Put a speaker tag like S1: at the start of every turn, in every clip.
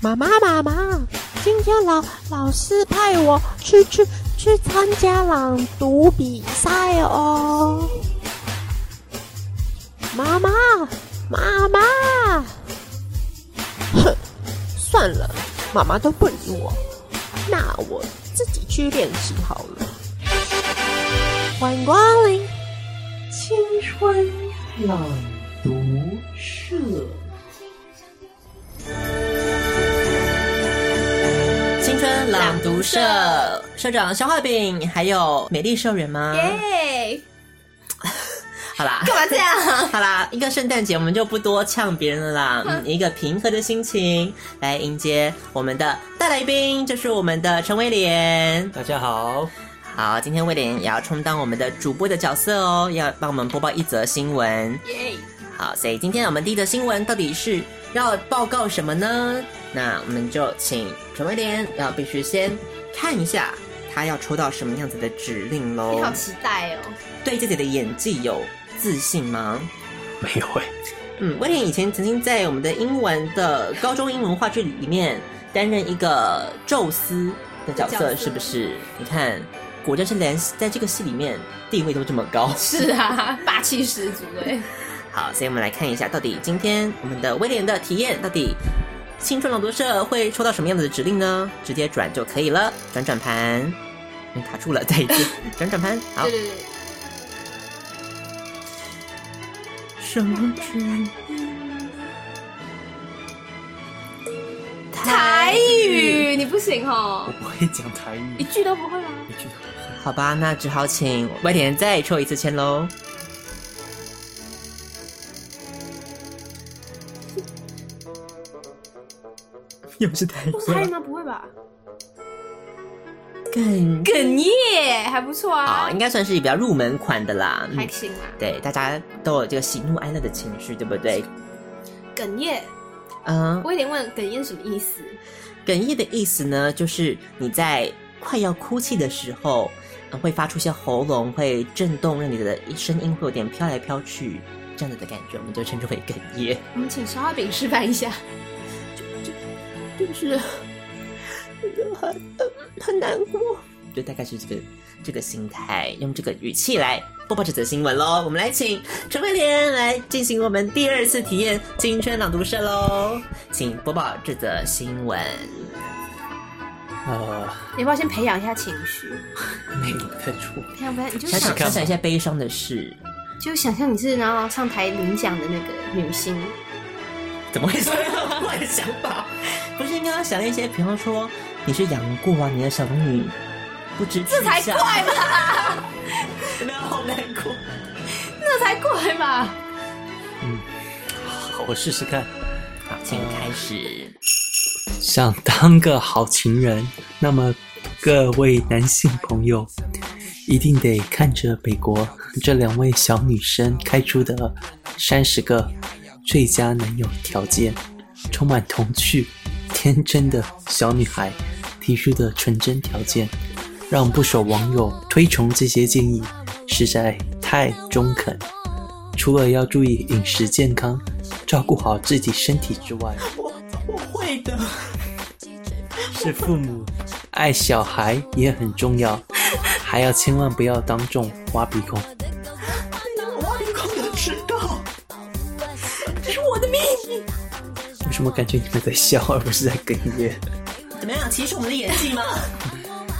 S1: 妈妈，妈妈，今天老老师派我去去去参加朗读比赛哦。妈妈，妈妈，
S2: 哼，算了，妈妈都不理我，那我自己去练习好了。
S1: 欢迎光临
S3: 青春朗读社。
S4: 青春朗读社社长消化饼，还有美丽兽人吗？
S5: 耶！
S4: 好啦，
S5: 干嘛这样？
S4: 好啦，一个圣诞节我们就不多呛别人了啦，嗯，以一个平和的心情来迎接我们的大来宾，就是我们的陈威廉。
S6: 大家好，
S4: 好，今天威廉也要充当我们的主播的角色哦，要帮我们播报一则新闻。
S5: 耶！
S4: 好，所以今天我们第一则新闻到底是要报告什么呢？那我们就请陈威廉要必须先看一下他要抽到什么样子的指令
S5: 你
S4: 喽
S5: 好。期待哦。
S4: 对自己的演技有自信吗？
S6: 没有哎、
S4: 嗯，威廉以前曾经在我们的英文的高中英文话剧里面担任一个宙斯的角
S5: 角
S4: 色，
S5: 色
S4: 是不是？你看，果真是连在这个戏里面地位都这么 高。
S5: 是啊，霸气十足哎。
S4: 好，所以我们来看一下，到底今天我们的威廉的体验，到底青春朗读社会抽到什么样子的指令呢？直接转就可以了，转转盘，嗯，卡住了，再一次 转转盘。好
S5: 对，对对，
S4: 什么指令？
S5: 台语你不行
S6: 我
S5: 哦，
S6: 不会讲台语，
S5: 一句都不会吗？
S6: 一句都不
S4: 好吧，那只好请威廉再抽一次签喽。 又是台语
S5: 不是台语吗？不会吧？
S4: 更
S5: 哽咽还不错啊
S4: 哦好，，应该算是比较入门款的啦。嗯
S5: 还行啦。
S4: 对，大家都有这个喜怒哀乐的情绪，对不对？
S5: 哽咽，
S4: 嗯，
S5: 我有点问哽咽什么意思？
S4: 哽咽的意思呢，就是你在快要哭泣的时候，呃会发出一些喉咙会震动，让你的声音会有点飘来飘去，这样子的感觉，我们就称之为哽咽。
S5: 我们请烧饼示范一下。
S4: 就是很很难过，就大概是这个这个心态，用这个语气来播报这则新闻喽。我们来请陈慧莲来进行我们第二次体验青春朗读社喽，请播报这则新闻。
S6: 会。呃，
S5: 你要不要先培养一下情绪？
S6: 没有太出。
S5: 培养培养，你就
S4: 想
S5: 想
S4: 想想想一些悲伤的事，
S5: 就想象你是然后上台领奖的那个女星，
S4: 怎么会 这样？我的想法不是应该要想一些，比方说你是杨过啊，你的小龙女不知这
S5: 才怪
S4: 吧？ 有没有好难过？
S5: 这才怪吧？
S6: 好，我试试看。
S4: 好，请开始。
S6: 想当个好情人，那么各位男性朋友，一定得看着美国这两位小女生开出的三十个最佳男友条件，充满童趣、天真的小女孩提出的纯真条件，让不少网友推崇这些建议，实在太中肯。除了要注意饮食健康，照顾好自己身体之外，
S4: 我会的。
S6: 是父母爱小孩也很重要，还要千万不要当众挖鼻孔。为什么感觉你们在笑而不是在哽咽？
S4: 怎么样？歧视我们的演技吗？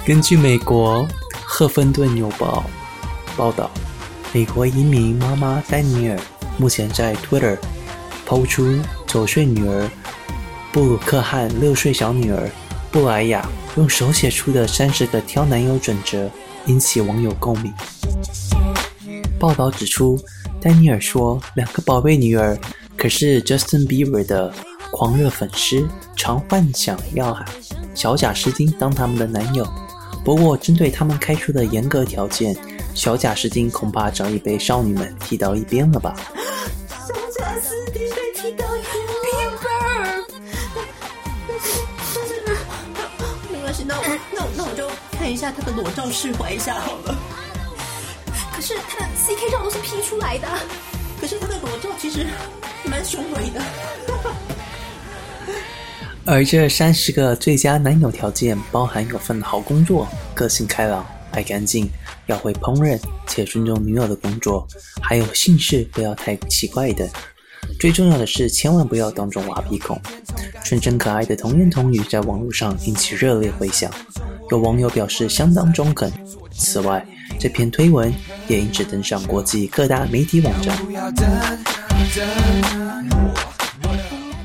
S6: 根据美国赫芬顿邮报报道，美国移民妈妈丹尼尔目前在 Twitter 抛出九岁女儿布鲁克和六岁小女儿布莱雅用手写出的三十个挑男友准则，引起网友共鸣。报道指出，丹尼尔说，两个宝贝女儿可是 Justin Bieber 的狂热粉丝，常幻想要小贾斯汀当他们的男友。不过，针对他们开出的严格条件，小贾斯汀恐怕早已被少女们踢到一边了吧？
S4: 没关系，那我那我那我就看一下他的裸照，释怀一下好了。
S5: 可是他的 CK 照都是 P 出来的，
S4: 可是他的裸照其实蛮雄伟的。
S6: 而这三十个最佳男友条件包含有份好工作、个性开朗、爱干净、要会烹饪且尊重女友的工作，还有姓氏不要太奇怪的。最重要的是，千万不要当众挖鼻孔。纯真可爱的童言童语在网络上引起热烈回响，有网友表示相当中肯。此外，这篇推文也因此登上国际各大媒体网站。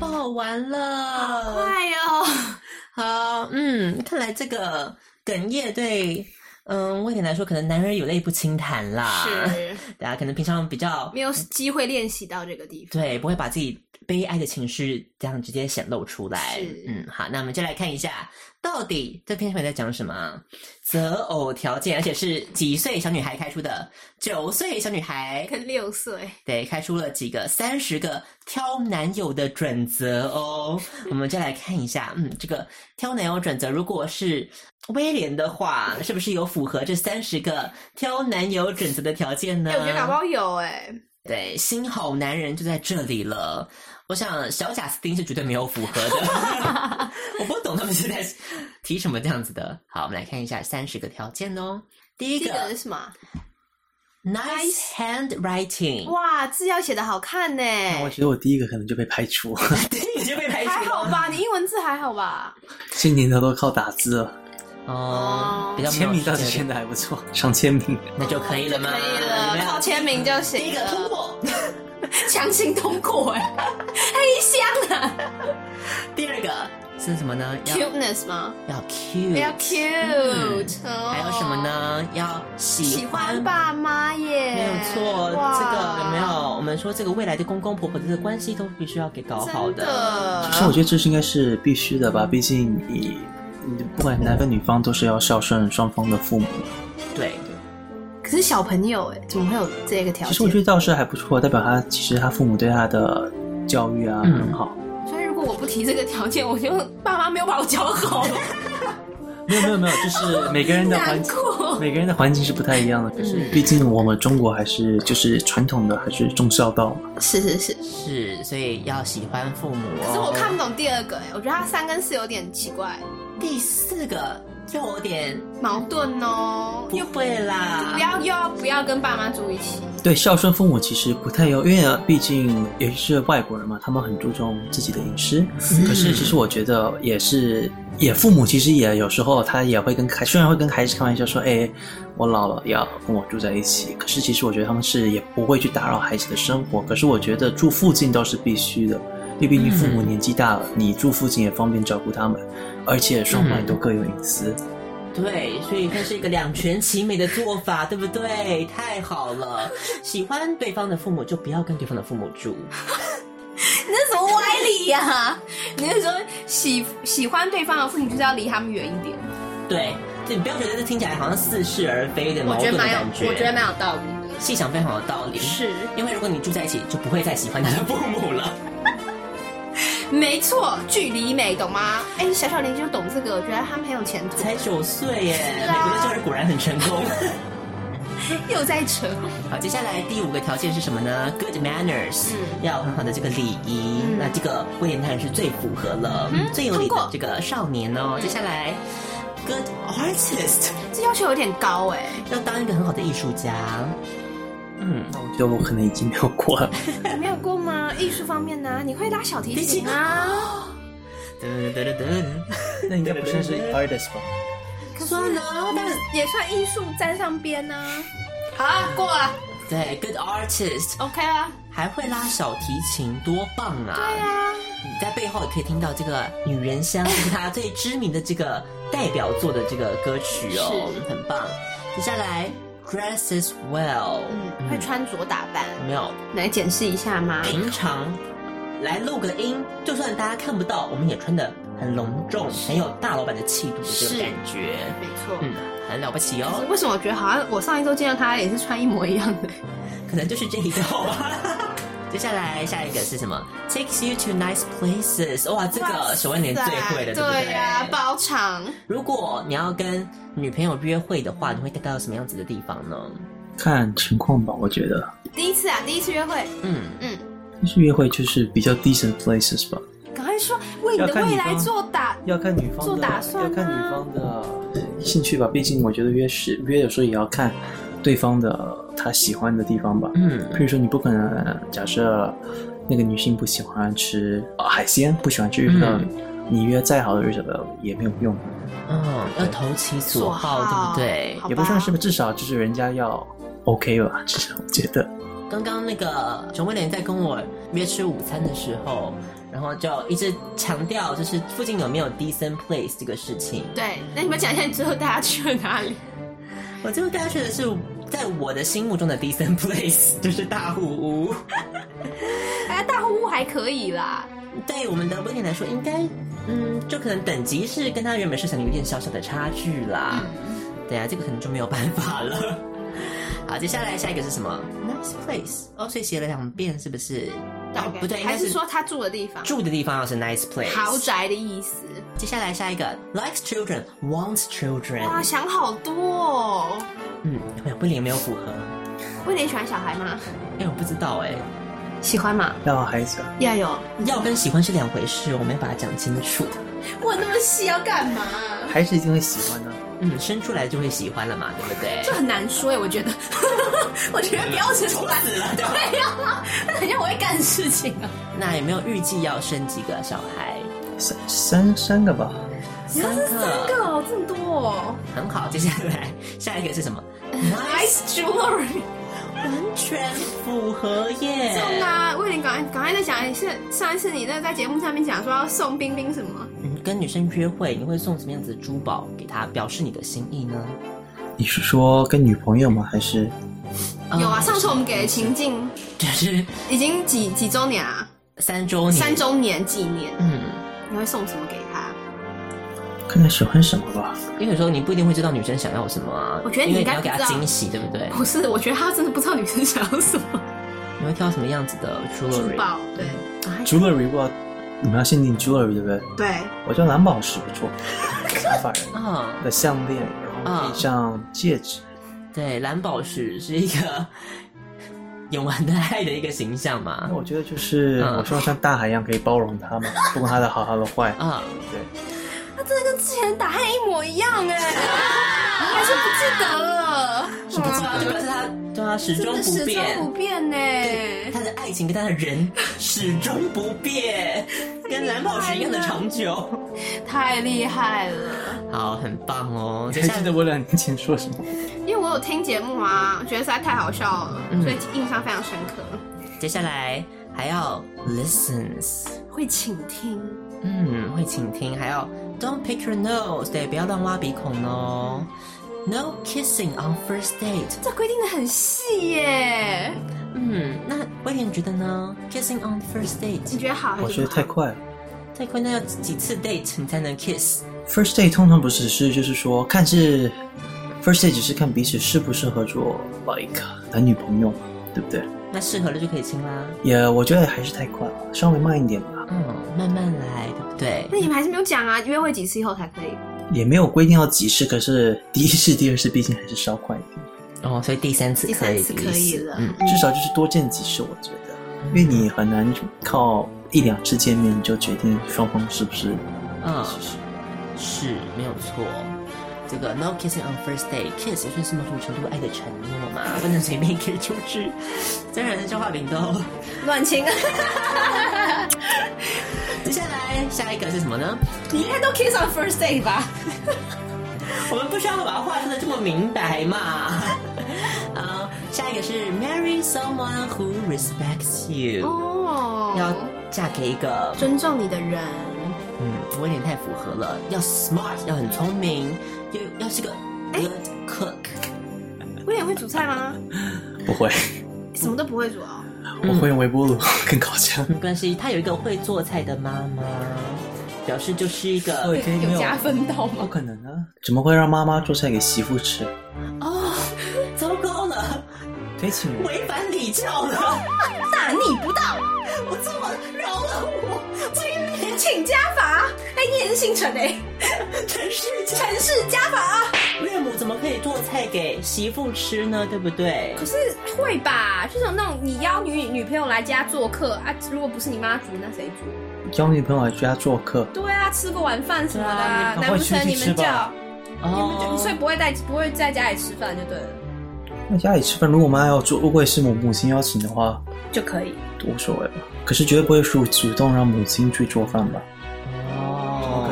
S4: 哦，完了。
S5: 快哦！
S4: 好，嗯，看来这个哽咽对，嗯，魏点来说，可能男人有泪不轻弹啦。，
S5: 是
S4: 大家可能平常比较
S5: 没有机会练习到这个地方。
S4: 对，不会把自己悲哀的情绪这样直接显露出来
S5: 是。
S4: 嗯，好，那我们就来看一下，到底这篇文在讲什么啊？择偶条件，而且是几岁小女孩开出的，九岁小女孩
S5: 跟六岁，
S4: 对，开出了几个三十个挑男友的准则哦。我们就来看一下，嗯，这个挑男友准则，如果是威廉的话，是不是有符合这三十个挑男友准则的条件呢？
S5: 哎、我觉得搞不好有哎、
S4: 嗯对，新好男人就在这里了。我想小贾斯汀是绝对没有符合 的，我不懂他们是在提什么这样子的。好，我们来看一下三十个条件哦。第一
S5: 这个
S4: 个
S5: 是什么？
S4: ，nice handwriting，
S5: 哇，字要写的好看呢、
S6: 我觉得我第一个可能就被排除，
S4: 对，已经被排除
S5: 还
S4: 了
S5: 好。吧？你英文字还好吧？
S6: 现年头都靠打字了，
S4: 哦，比较没有
S6: 签名倒是
S4: 时间啊
S6: 签的还不错，上签名。
S4: 那就可以了吗？
S5: 可
S4: 有
S5: 以
S4: 没
S5: 了，
S4: 有
S5: 靠签名就行
S4: 第一个通
S5: 了。
S4: 过，
S5: 强行通过哎、 黑箱啊
S4: 第二个是什么呢？要
S5: ，cuteness 吗？
S4: 要
S5: 不
S4: cute，
S5: 要 cute，、哦
S4: 嗯还有什么？呢？要喜
S5: 喜欢爸妈耶，
S4: 没有错，
S5: 哇
S4: 这个有没有？我们说这个未来的公公婆婆的关系都必须要给搞好
S5: 真的
S6: 其实我觉得这是应该是必须的吧，毕竟你你不管男方女方都是要孝顺双方的父母。
S4: 对，
S5: 可是小朋友哎、怎么会有这个条
S6: 其
S5: 件？
S6: 实我觉得倒是还不错，代表他其实他父母对他的教育啊、
S4: 嗯
S6: 很好。
S5: 所以如果我不提这个条件，我就爸妈没有把我教好，
S6: 没有没有没有，就是每个人的环
S5: 难
S6: 境，
S5: 过。
S6: 每个人的环境是不太一样的。可是
S4: 嗯
S6: 毕竟我们中国还是就是传统的，还是忠孝道嘛。
S5: 是是是，
S4: 是，所以要喜欢父母哦。
S5: 可是我看不懂第二个哎、我觉得他三跟四有点奇怪，
S4: 第四个就有点
S5: 矛盾哦，
S4: 不
S5: 又
S4: 会啦，
S5: 不要又要不要跟爸妈住一起，
S6: 对，孝顺父母其实不太有，因为啊毕竟尤其是外国人嘛，他们很注重自己的隐私。可是其实我觉得也是，也父母其实也有时候他也会跟孩，虽然会跟孩子开玩笑说，哎，我老了要跟我住在一起。可是其实我觉得他们是也不会去打扰孩子的生活。可是我觉得住附近倒是必须的，因为毕竟父母年纪大了，你住附近也方便照顾他们，而且双方也都各有隐私。
S4: 对，所以这是一个两全其美的做法，对不对？太好了，喜欢对方的父母就不要跟对方的父母住，
S5: 你那什么歪理呀、你是说喜喜欢对方的父母就是要离他们远一点？
S4: 对，就你不要觉得这听起来好像似是而非的
S5: 我
S4: 矛
S5: 觉
S4: 盾
S5: 得
S4: 的
S5: 蛮有
S4: 感，觉，
S5: 我觉得蛮有道理的。
S4: 细想非常有道 理，
S5: 是，
S4: 因为如果你住在一起，就不会再喜欢他的父母 了。
S5: 没错，距离美，懂吗？哎、小小年纪就懂这个，我觉得他们很有前途。
S4: 才九岁耶，
S5: 啊
S4: 美国的教育果然很成功。
S5: 又在扯，
S4: 好，接下来第五个条件是什么呢？Good manners，、
S5: 嗯
S4: 要有很好的这个礼仪。
S5: 嗯
S4: 那这个威廉当然是最符合了，最有礼
S5: 通
S4: 的
S5: 过嗯
S4: 这个少年哦。接下来，Good artist，
S5: 这要求有点高哎、
S4: 要当一个很好的艺术家。嗯，
S6: 那我觉得我可能已经没有过了。
S5: 你没有过 吗？艺术方面呢、你会拉小提琴啊？嗯
S4: 噔噔噔噔，
S6: 那应该不算是 artist 吧？
S5: 算了，但也算艺术沾上边呢、好啊，过了
S4: 对，Good artist，
S5: ，OK 啊。
S4: 还会拉小提琴，多棒啊！
S5: 对啊，
S4: 你在背后也可以听到这个《女人 香》是她最知名的这个代表作的这个歌曲哦，很棒。接下来，Dresses Well，
S5: 嗯，会穿着打扮，
S4: 有没有？
S5: 来检视一下吗？
S4: 平常来录个音，就算大家看不到，我们也穿的很隆重，很有大老板的气度的这个
S5: 是
S4: 感觉，
S5: 没错。
S4: 嗯，很了不起哦。
S5: 为什么我觉得好像我上一周见到他也是穿一模一样的？
S4: 可能就是这一套吧。 接下来下一个是什么？Takes you to nice places，哇，这个小威廉最会的，对不
S5: 对啊呀、包场
S4: 如果你要跟女朋友约会的话，你会带她到什么样子的地方呢？
S6: 看情况吧，我觉得。
S5: 第一次啊，第一次约会，
S4: 嗯，
S5: 嗯，
S6: 就是约会就是比较 decent places 吧。
S5: 赶快说为你的未来做
S6: 要看女方
S5: 做
S6: 的，
S5: 打算啊
S6: 要看女方的兴趣吧。毕竟我觉得约是约，有时候也要看对方的他喜欢的地方吧。
S4: 嗯
S6: 譬如说，你不可能呃假设那个女性不喜欢吃、呃海鲜，不喜欢吃
S5: 嗯
S6: 日料理，你约再好的日料理也没有用。
S4: 嗯，要投其所好，
S1: 好
S4: 对不对？
S1: 好
S6: 也不算
S1: 吧
S6: 是吧，至少就是人家要 OK 吧，至少我觉得。
S4: 刚刚那个熊威廉在跟我约吃午餐的时候，然后就一直强调就是附近有没有 decent place 这个事情。
S5: 对，那你们讲一下你最后带他去了哪里？
S4: 我最后带他去的是在我的心目中的 decent place，就是 大户屋。
S5: 哎，大户屋还可以啦，
S4: 哦对我们的威廉来说，应该嗯，就可能等级是跟他原本设想的有点小小的差距啦。
S5: 嗯
S4: 对啊，这个可能就没有办法了。 好，接下来下一个是什么？Nice place 哦，所以写了两遍是不是？哦，不对，应该
S5: 还
S4: 是
S5: 是说他住的地方
S4: 住的地方要是 nice place
S5: 豪宅的意思？
S4: 接下来下一个，likes children, wants
S5: 哇，
S4: children。
S5: 想好多哦。
S4: 嗯，没有不灵没有符合。
S5: 威廉喜欢小孩吗？
S4: 哎、我不知道哎、
S5: 喜欢嘛，
S6: 要孩子，
S5: 要有。
S4: 要跟喜欢是两回事，我们要把它讲清楚。
S5: 问那么细要干嘛？
S6: 孩子一定会喜欢的、
S4: 嗯，生出来就会喜欢了嘛，对不对？
S5: 这很难说哎，我觉得， 我觉得标准出来了，对呀、那很像我会干的事情啊。
S4: 那有没有预计要生几个小孩？
S6: 三三三个吧。
S4: 三
S5: 三
S4: 个，
S5: 个哦，这么多哦
S4: 很好。接下来 下一个是 什么？
S5: ，nice jewelry，
S4: 完全符合耶！
S5: 送啊！威廉，赶快赶快再讲一次，上一次你那在节目上面讲说要送冰冰什么？
S4: 嗯，跟女生约会，你会送什么样子的珠宝给她，表示你的心意呢？
S6: 你是说跟女朋友吗？还是
S5: 有啊，
S4: 嗯
S5: 上次我们给的情境
S4: 就是
S5: 已经几几周年啊，
S4: 三周年，
S5: 三，周年纪念，
S4: 嗯。
S5: 你会送什么给他？
S6: 看他喜欢什么吧？
S4: 因为有时候你不一定会知道女生想要什么啊。
S5: 我觉得你
S4: 因为
S5: 应
S4: 你
S5: 该
S4: 要给她
S5: 知道
S4: 惊喜，对不对？
S5: 不是，我觉得他真的不知道女生想要什么
S4: 你会挑什么样子的
S5: 珠
S4: jewelry？
S5: 宝，对
S6: jewelry 不，你们要限定 jewelry 对不对？
S5: 对，
S6: 我觉得蓝宝石不错，想法人
S4: 啊，
S6: 的项链，然后配上戒指，
S4: 对，蓝宝石是一个演完的爱的一个形象嘛
S6: 那。我觉得就是
S4: 嗯
S6: 我希望像大海一样可以包容他嘛，不管他的好他的坏。
S4: 啊，
S6: 对，
S5: 他真的跟之前打扮一模一样哎，还是不记得了，
S4: 是不知道，就表示他对啊，始
S5: 嗯真
S4: 终
S5: 的
S4: 不
S5: 始终
S4: 变，
S5: 不变呢。
S4: 他的爱情跟他的人始终不变，跟蓝宝石一样的长 久。
S5: 太厉害了！
S4: 好，很棒哦。
S6: 你
S4: 接
S6: 还
S4: 下
S6: 记
S4: 来
S6: 得我两年前说什么？
S5: 因为我有听节目啊，我觉得实在太好笑了，
S6: 嗯
S5: 所以印象非常深刻。
S4: 接下来还要 listens。
S5: 会倾听，
S4: 嗯，会倾听，还要 don't pick your nose，对，不要乱挖鼻孔哦。No kissing on first date。
S5: 这规定的很细耶。
S4: 嗯，那威廉觉得呢？Kissing on first
S5: 你
S4: date，
S5: 觉得好还是不
S6: 我
S5: 好？
S6: 觉得太快了。
S4: 太快，那要几次 date 你才能 kiss？
S6: First date 通常不只是就是说看是 first date 只是看彼此适不适合做 like 男女朋友嘛，对不对？
S4: 那适合了就可以亲啦。
S6: 也、我觉得还是太快了，稍微慢一点吧，
S4: 嗯，慢慢来，对不对
S5: 那？你们还是没有讲啊，约会几次以后才可以？
S6: 也没有规定要几次，可是第一次、第二次毕竟还是稍快一点，
S4: 哦，所以第三次
S5: 第
S4: 可
S5: 三
S4: 以，
S5: 次可以了
S4: 嗯，
S6: 至少就是多见几次，我觉得，因为你很难靠一两次见面就决定双方是不是
S4: 嗯，是没有错。这个 no kissing on first day，kiss 也算是某种程度爱的承诺嘛，不能随便给出去。虽然这话柄都。
S5: 乱亲，
S4: 接下来下一个是什么呢？
S5: 你应该都 kiss on first date 吧？
S4: 我们不需要把话说的这么明白嘛。 啊，下一个是 marry someone who respects you，、
S5: 哦，
S4: 要嫁给一个，
S5: 尊重你的人，
S4: 嗯，我有点太符合了，要 smart，要很聪明，又要是个
S5: 哎
S4: good cook。
S5: 威廉会煮菜吗？
S6: 不会，
S5: 什么都不会煮哦。
S6: 我会用微波炉 跟烤箱。
S4: 没关系，他有一个会做菜的妈妈，表示就是一个
S6: 对，可以没有
S5: 分到吗
S6: 不？可能啊！怎么会让妈妈做菜给媳妇吃？
S4: 糟糕了，
S6: 可以请人
S4: 违反礼教了，
S5: 大逆不道，
S4: 我错了，饶了我，
S5: 请家法。哎，你也是姓陈哎，
S4: 真是这
S5: 陈氏家法。
S4: 岳母怎么可以做菜给媳妇吃呢？对不对？
S5: 可是会吧？就是那种你邀女女朋友来家做客啊，如果不是你妈煮，那谁煮？
S6: 邀女朋友来家做客，
S5: 对啊，家吃个晚饭什么的、
S6: 对啊
S5: 难不成
S6: 赶快
S5: 你
S6: 出去吃
S5: 们叫
S6: 吧
S5: 你们
S4: 哦
S5: 就所以不会在不会在家里吃饭就对了，
S6: 在家里吃饭，如果妈要做，如果也是母母亲邀请的话，
S5: 就可以。
S6: 无所谓吧。可是绝对不会主主动让母亲去做饭吧？
S4: 哦，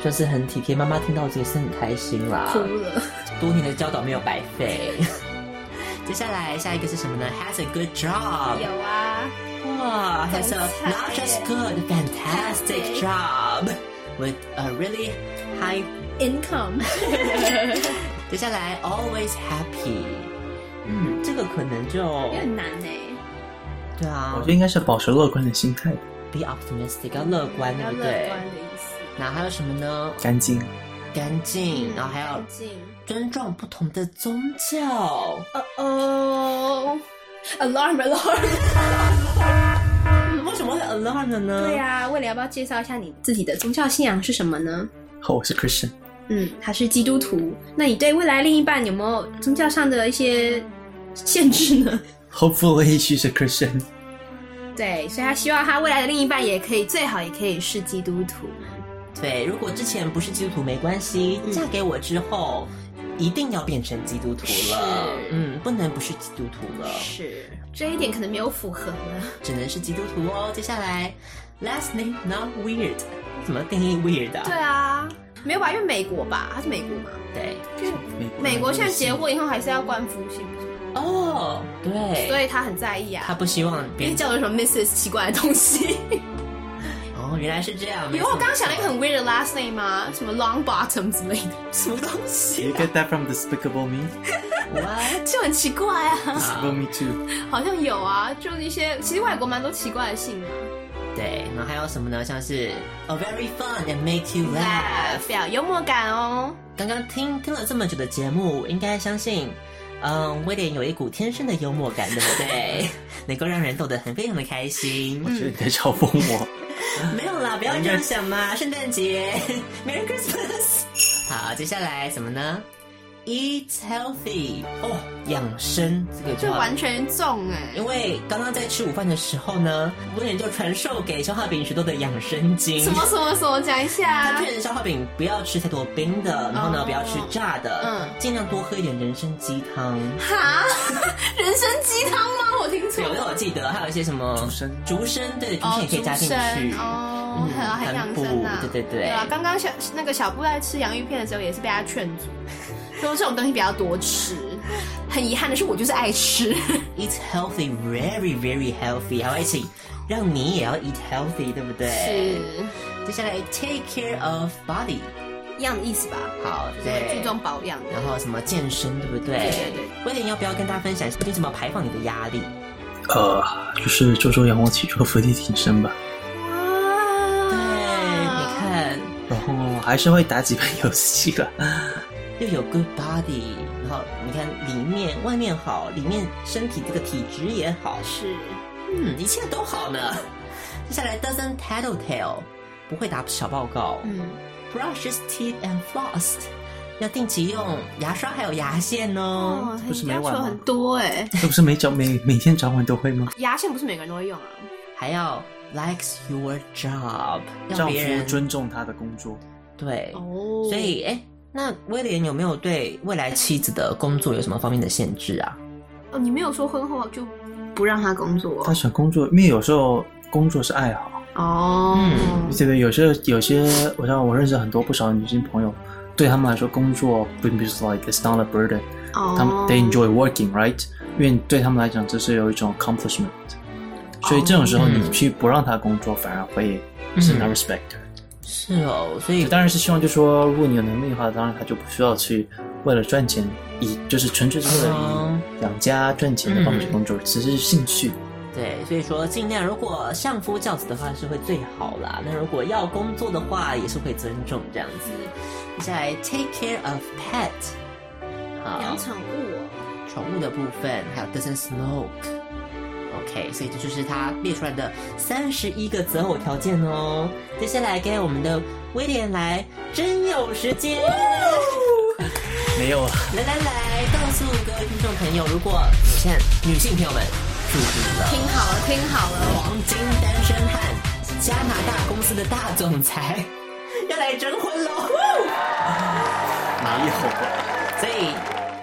S4: 算是很体贴。妈妈听到这也是很开心啦，
S5: 哭了，
S4: 多年的教导没有白费。 接下来下一个是什么呢？Has a good job，
S5: 有啊，
S4: 哇，Has a
S5: 总裁
S4: not just good, fantastic
S5: Fantastic.
S4: job with a really high 哦
S5: income，
S4: 接下来 always happy，嗯，这个可能就
S5: 也很难欸呢、
S4: 对啊，
S6: 我觉得应该是保持乐观的心态，
S4: be optimistic 要乐观，
S5: 比
S4: 对
S5: 较
S4: 不
S5: 乐
S4: 对？
S5: 观的意思。
S4: 然后还有什么呢？
S6: 干净。
S4: 干净，嗯然后还有
S5: 干净
S4: 尊重不同的宗教。
S5: 哦哦，alarm
S4: 嗯
S5: alarm，
S4: 为什么会 alarm 的呢？
S5: 对呀、啊，为了要不要介绍一下你自己的宗教信仰是什么呢？
S6: 好，Oh，我是 Christian。
S5: 嗯，他是基督徒。那你对未来另一半有没有宗教上的一些限制 呢？
S6: Hopefully she's a Christian。
S5: 对，所以他希望他未来的另一半也可以最好也可以是基督徒。
S4: 对，如果之前不是基督徒没关系，
S5: 嗯
S4: 嫁给我之后一定要变成基督徒了
S5: 是。
S4: 嗯，不能不是基督徒了，
S5: 是，这一点可能没有符合呢。
S4: 只能是基督徒哦。接下来，last name not weird，怎么定义 weird
S5: 对
S4: 啊？
S5: 啊，没有吧？因为美国吧，他是美国嘛，
S4: 对，
S5: 就是美国现在结婚以后还是要冠夫姓，不是吗
S4: 哦，对，
S5: 所以他很在意啊。
S4: 他不希望别
S5: 别
S4: 人
S5: 叫我什么 Mrs 奇怪的 东西。
S4: 哦，原来是这样。
S5: 有我刚想了一个很 weird 的 last name 吗？什么 long bottom 之类的，什么东
S6: You
S5: 西、
S6: get that from Despicable Me?
S4: 很
S5: 就很奇怪啊。
S6: Despicable Me too.
S5: 好像有啊，就是一些其实外国蛮多奇怪的姓啊嘛。
S4: 对，然后还有什么呢？像是 a very fun and make you
S5: 哎
S4: laugh。
S5: 不要幽默感哦。
S4: 刚刚听听了这么久的节目，应该相信，嗯，威廉有一股天生的幽默感，对不 对？能够让人逗得很非常的开心。
S6: 我觉嗯得你在嘲讽我。
S4: 没有啦，不要这样想嘛，圣诞节 ，Merry Christmas。好，接下来什么呢？Eat healthy，哦，养生这个就
S5: 这
S4: 要
S5: 完全中哎、
S4: 因为刚刚在吃午饭的时候呢，威廉就传授给消化饼许多的养生经。
S5: 什么什么什么，讲一下
S4: 他。劝消化饼不要吃太多冰的，然后呢，
S5: 哦
S4: 不要吃炸的，
S5: 嗯
S4: 尽量多喝一点人参鸡 汤。
S5: 哈，人参鸡汤吗？我听错
S4: 对，我有
S5: 了。
S4: 记得还有一些什么
S6: 竹参
S4: 竹参对，竹参
S5: 哦，
S4: 也可以加进
S5: 竹
S4: 去。
S5: 参哦，很
S4: 嗯
S5: 很养生
S4: 很
S5: 啊。
S4: 补对对对
S5: 对啊，刚刚小那个小布在吃洋芋片的时候，也是被他劝阻， 说这种东西不要多吃。很遗憾的是，我就是爱吃。
S4: Eat healthy, very very healthy，还会一起让你也要 eat healthy，对不对？是。接下来 take care of body，
S5: 一样的意思吧？
S4: 好，
S5: 就是会
S4: 对
S5: 注。重保养的。
S4: 然后什么健身，对不对？
S5: 对对对。
S4: 威廉要不要跟大家分享一下你怎么排放你的压力？
S6: 呃，就是周周仰卧起坐、伏地挺身吧。
S5: 哇，
S4: 对，你看，
S6: 然后还是会打几盘游戏 了。
S4: 又有 good body，然后你看里面外面好，里面身体这个体质也好，
S5: 是
S4: 嗯，一切都好呢。接下来 doesn't tattletale，不会打小报告。
S5: 嗯。
S4: brushes teeth and floss，要定期用牙刷还有牙线哦。
S5: 哦，
S6: 不是没
S5: 要
S6: 玩
S5: 求
S6: 吗
S5: 很多哎、
S6: 这不是每早每每天早晚都会吗？
S5: 牙线不是每个人都会用啊。
S4: 还要 likes your job，让
S6: 丈
S4: 别
S6: 夫
S4: 人
S6: 尊重他的工作。
S4: 对。
S5: 哦
S4: 所以，哎，那威廉有没有对未来妻子的工作有什么方面的限制啊？
S5: 哦，你没有说婚后就不让他工作
S6: 他喜欢工作，因为有时候工作是爱好。
S5: 哦。
S4: 嗯
S6: 这个有些有些，我知道我认识很多不少女性朋友，对他们来说，工作并不是 like it's not a burden，
S5: 哦
S6: 他们 they enjoy working right，因为对他们来讲这是有一种 accomplishment，所以这种时候
S4: 嗯
S6: 你去不让他工作，反而会是 not respect。
S4: 是哦，所以
S6: 就当然是希望，就说如果你有能力的话，当然他就不需要去为了赚钱，以就是纯粹是为了
S4: 哦
S6: 以养家赚钱的方式工作，只是兴趣。
S4: 对，所以说尽量，如果相夫教子的话是会最好啦。那如果要工作的话，也是会尊重这样子。接下来 take care of pet，好
S5: 养，宠物哦，
S4: 宠物的部分，还有 doesn't smoke。OK，所以这就是他列出来的三十一个择偶条件哦。接下来给我们的威廉来真有时间。
S6: 没有啊，
S4: 来来来，告诉各位听众朋友，如果你现在女性朋友们注意了，
S5: 听好了，听好了，
S4: 黄金单身汉加拿大公司的大总裁要来征婚喽！ 没有，所以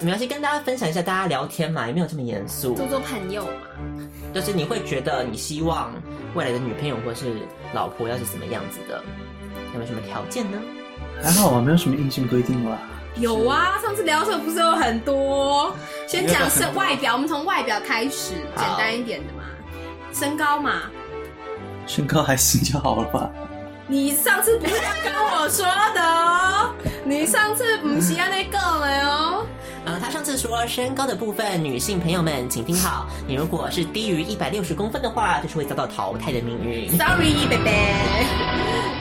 S4: 没关系，跟大家分享一下，大家聊天嘛，也没有这么严肃。
S5: 做做朋友嘛。
S4: 就是你会觉得你希望未来的女朋友或是老婆要是什么样子的？有没有什么条件呢？
S6: 还好啊，没有什么硬性规定啦。
S5: 有啊，上次聊的时候不是有很多？先讲身外表，我们从外表开始，简
S4: 好
S5: 单一点的嘛。身高嘛，
S6: 身高还行就好了吧？
S5: 你上次不是跟我说的哦？你上次不是要那个了哦？
S4: 呃，他上次说身高的部分，女性朋友们请听好，你如果是低于一百六十公分的话，就是会遭到淘汰的命运。
S5: Sorry，贝贝，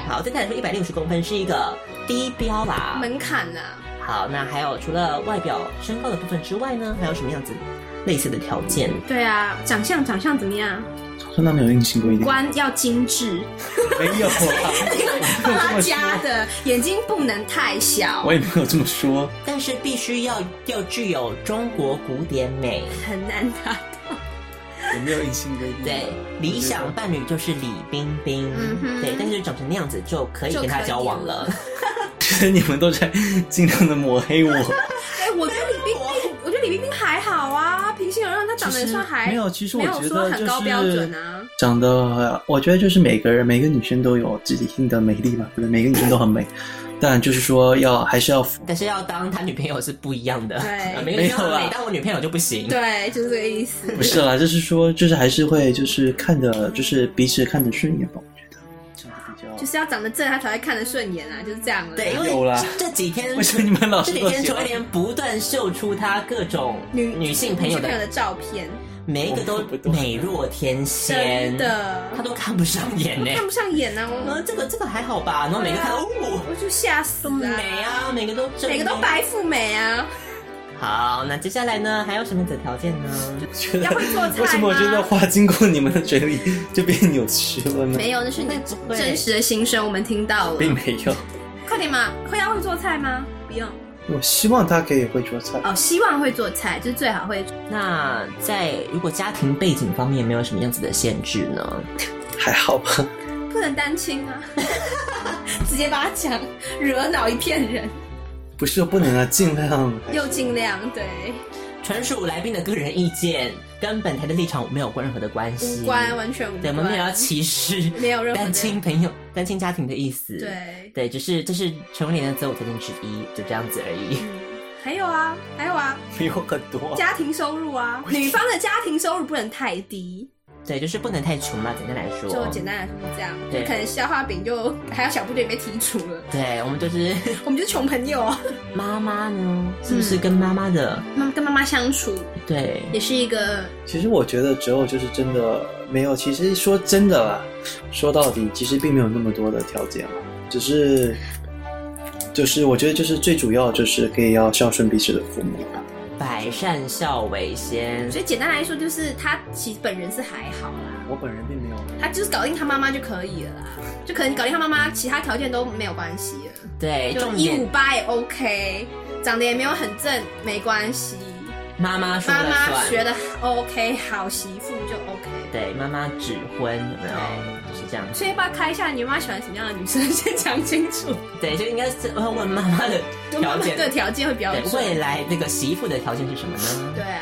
S4: 好，对他来说，一百六十公分是一个低标啦。
S5: 门槛啊呐、
S4: 好，那还有除了外表身高的部分之外呢，还有什么样子类似的条件？
S5: 对啊，长相长相怎么样？
S6: 真的没有硬性规定，
S5: 官要精致，
S6: 没有啦，
S5: 帮他 加的，眼睛不能太小
S6: 我，也没有这么说。
S4: 但是必须要要具有中国古典美，
S5: 很难达。
S6: 也没有硬性规定
S4: 对，理想伴侣就是李冰冰，
S5: 嗯哼
S4: 对，但是长成那样子就可以
S5: 就
S4: 跟他
S5: 可以
S4: 交往
S5: 了
S4: 了。
S6: 就是你们都在尽量的抹黑 我。
S5: 哎、我觉得李冰冰，我觉得李冰冰还好啊，平心而论，她长得也算还
S6: 没有，其实我
S5: 没有
S6: 觉
S5: 说
S6: 得
S5: 很
S6: 就
S5: 高标准
S6: 是
S5: 啊。
S6: 长得，我觉得就是每个人每个女生都有自己性的美丽嘛，对不对？每个女生都很美， 但就是说要还是要符
S4: 但是要当他女朋友是不一样的，
S5: 对
S4: 呃每个
S6: 没
S4: 女
S6: 有
S4: 生
S6: 啦
S4: 每当我女朋友就不行。
S5: 对，就是这个意思。
S6: 不是 啦，就是说就是还是会就是看的就是彼此看的顺眼吧，我觉得这样比较。
S5: 就是要长得正，他才会看得顺眼啊，就是这样了。
S4: 对，因
S6: 有
S4: 为
S6: 啦
S4: 这几天
S6: 为什么你们老
S4: 这
S6: 是
S4: 几
S6: 都
S4: 天
S6: 喜
S4: 陈威
S6: 欢
S4: 廉不断秀出他各种
S5: 女
S4: 女性朋
S5: 女
S4: 友
S5: 性朋友
S4: 的
S5: 的照片，
S4: 每一个都
S6: 我不懂
S4: 美若天仙
S5: 真，的
S4: 他都看不上眼呢。
S5: 看不上眼啊，我
S4: 呃，这个这个还好吧，
S5: 啊
S4: 然后每个看到哦，
S5: 我就吓死了。
S4: 美，啊，每个都正
S5: 每个都白富美啊，
S4: 好，那接下来呢，还有什么的条件呢？
S6: 觉
S5: 啊要
S6: 得
S5: 会做菜吗
S6: 为什么我觉得话经过你们的嘴里就变扭曲了呢？
S5: 没有，那是你
S4: 不会
S5: 真实的心声，我们听到了。
S6: 并没 有。
S5: 快点嘛，会要会做菜吗？不用
S6: 我希望他可以会做菜，
S5: 哦，希望会做菜，就是最好会。
S4: 那在如果家庭背景方面有没有什么样子的限制呢？
S6: 还好吧？
S5: 不能单亲啊， 直接把他讲惹恼一片人，
S6: 不是不能啊，尽量
S5: 又尽量对，
S4: 纯属来宾的个人意见，跟本台的立场没有任何的关系。
S5: 无关，完全无
S4: 对，
S5: 关。
S4: 我们没有要歧视，
S5: 没有任何的
S4: 单亲朋友、单亲家庭的意思。
S5: 对，
S4: 对，只是这是成年人的择偶条件之一，就这样子而已。
S5: 还有啊，还有啊，
S6: 没有很多。
S5: 家庭收入啊，女方的家庭收入不能太低，
S4: 对，就是不能太穷嘛，简单来说。
S5: 就简单来说是这样。就
S4: 对
S5: 可能消化饼就还有小部队被剔除了，
S4: 对，我们就是
S5: 我们就是穷朋友啊。
S4: 妈妈呢，
S5: 嗯
S4: 是不是跟妈妈的？
S5: 妈跟妈妈相处
S4: 对，
S5: 也是一个
S6: 其实我觉得择偶就是真的没有。其实说真的啦，说到底，其实并没有那么多的条件啦，只是就是我觉得就是最主要就是可以要孝顺彼此的父母吧。
S4: 百善孝为先。
S5: 所以简单来说，就是他其实本人是还好啦，
S6: 我本人并没有。
S5: 他就是搞定他妈妈就可以了啦，就可能搞定他妈妈，其他条件都没有关系了，
S4: 对，
S5: 就
S4: 重
S5: 一
S4: 点
S5: 五八也 OK，长得也没有很正，没关系，
S4: 妈妈说
S5: 妈
S4: 了
S5: 妈
S4: 算。
S5: 学的 OK，好媳妇就 OK。
S4: 对，妈妈指婚有没有？
S5: 对
S4: 就是这样。
S5: 所以要不要开一下你妈妈喜欢什么样的女生？先讲清楚，
S4: 对，就应该是要问妈妈的条件。
S5: 对条件会比较
S4: 对，
S5: 准
S4: 未来那个媳妇的条件是什么呢？
S5: 对啊，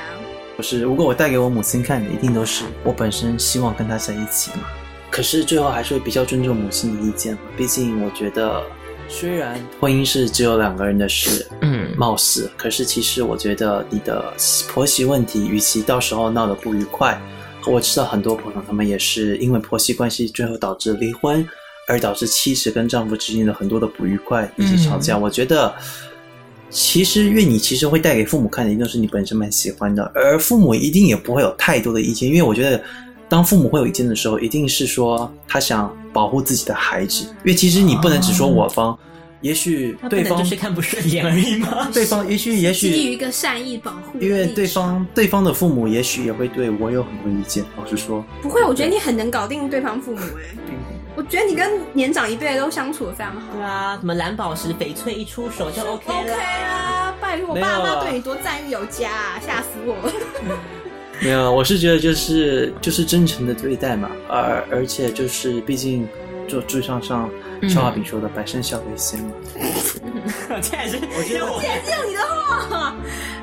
S6: 不是，如果我带给我母亲看的，一定都是我本身希望跟她在一起嘛。可是最后还是会比较尊重母亲的意见嘛，毕竟我觉得，虽然婚姻是只有两个人的事，
S4: 嗯，
S6: 貌似，可是其实我觉得你的婆媳问题，与其到时候闹得不愉快，我知道很多朋友他们也是因为婆媳关系最后导致离婚，而导致妻子跟丈夫之间的很多的不愉快以及吵架。我觉
S4: 嗯
S6: 得，其实因为你其实会带给父母看的，一定是你本身蛮喜欢的，而父母一定也不会有太多的意见，因为我觉得。当父母会有意见的时候，一定是说他想保护自己的孩子，因为其实你不能只说我方，也许
S4: 哦他不
S6: 对
S4: 能
S6: 方
S4: 就是看不顺眼而已吗？
S6: 啊 对方也许也
S5: 基于一
S6: 许，
S5: 个善意保护的立场，
S6: 因为对方对方的父母也许也会对我有很多意见。老实说，
S5: 不会，我觉得你很能搞定对方父母哎、我觉得你跟年长一辈都相处的非常好。
S4: 对啊，什么蓝宝石翡翠一出手就 OK
S5: OK
S4: 了。
S5: 啊，拜托，我
S6: 没有
S5: 爸
S6: 啊
S5: 妈对你多赞誉有加、啊，吓死我了。
S6: 没有，我是觉得就是就是真诚的对待嘛，而而且就是毕竟就就像上
S5: 嗯
S6: 肖画饼说的，百善孝为先嘛。
S4: 竟然是，我觉得我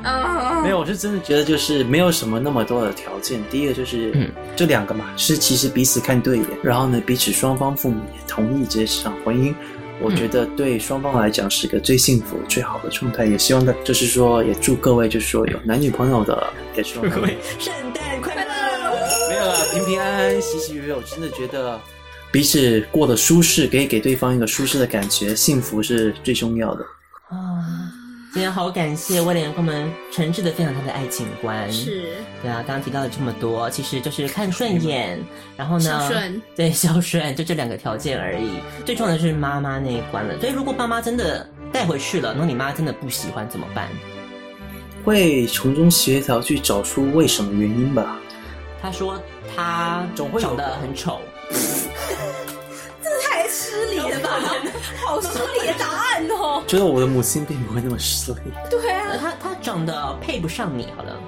S5: 嗯
S6: 没有，我是真的觉得就是没有什么那么多的条件。第一个就是、
S4: 嗯
S6: 这两个嘛，是其实彼此看对眼，然后呢，彼此双方父母也同意这场婚姻。我觉得对双方来讲是个最幸福、最好的状态，也希望的就是说，也祝各位就是说有男女朋友的，也祝各位
S4: 圣诞快乐！
S6: 没有啦，平平安安、喜喜悦悦。我真的觉得彼此过得舒适，可以给对方一个舒适的感觉，幸福是最重要的。
S4: 啊，今天好感谢威廉给我们诚挚的分享他的爱情观。，
S5: 是
S4: 对啊，刚刚提到了这么多，其实就是看顺眼，然后呢，
S5: 孝顺，
S4: 对孝顺，就这两个条件而已。最重要的是妈妈那一关了。所以如果爸妈真的带回去了，然后你妈真的不喜欢怎么办？
S6: 会从中协调去找出为什么原因吧。
S4: 他说他
S6: 总会有
S4: 长
S6: 的
S4: 得很丑，
S5: 太失礼了吧？好失礼的答案哦。
S6: 觉得我的母亲并不会那么失礼。
S5: 对啊，
S4: 呃他他长得配不上你。好了，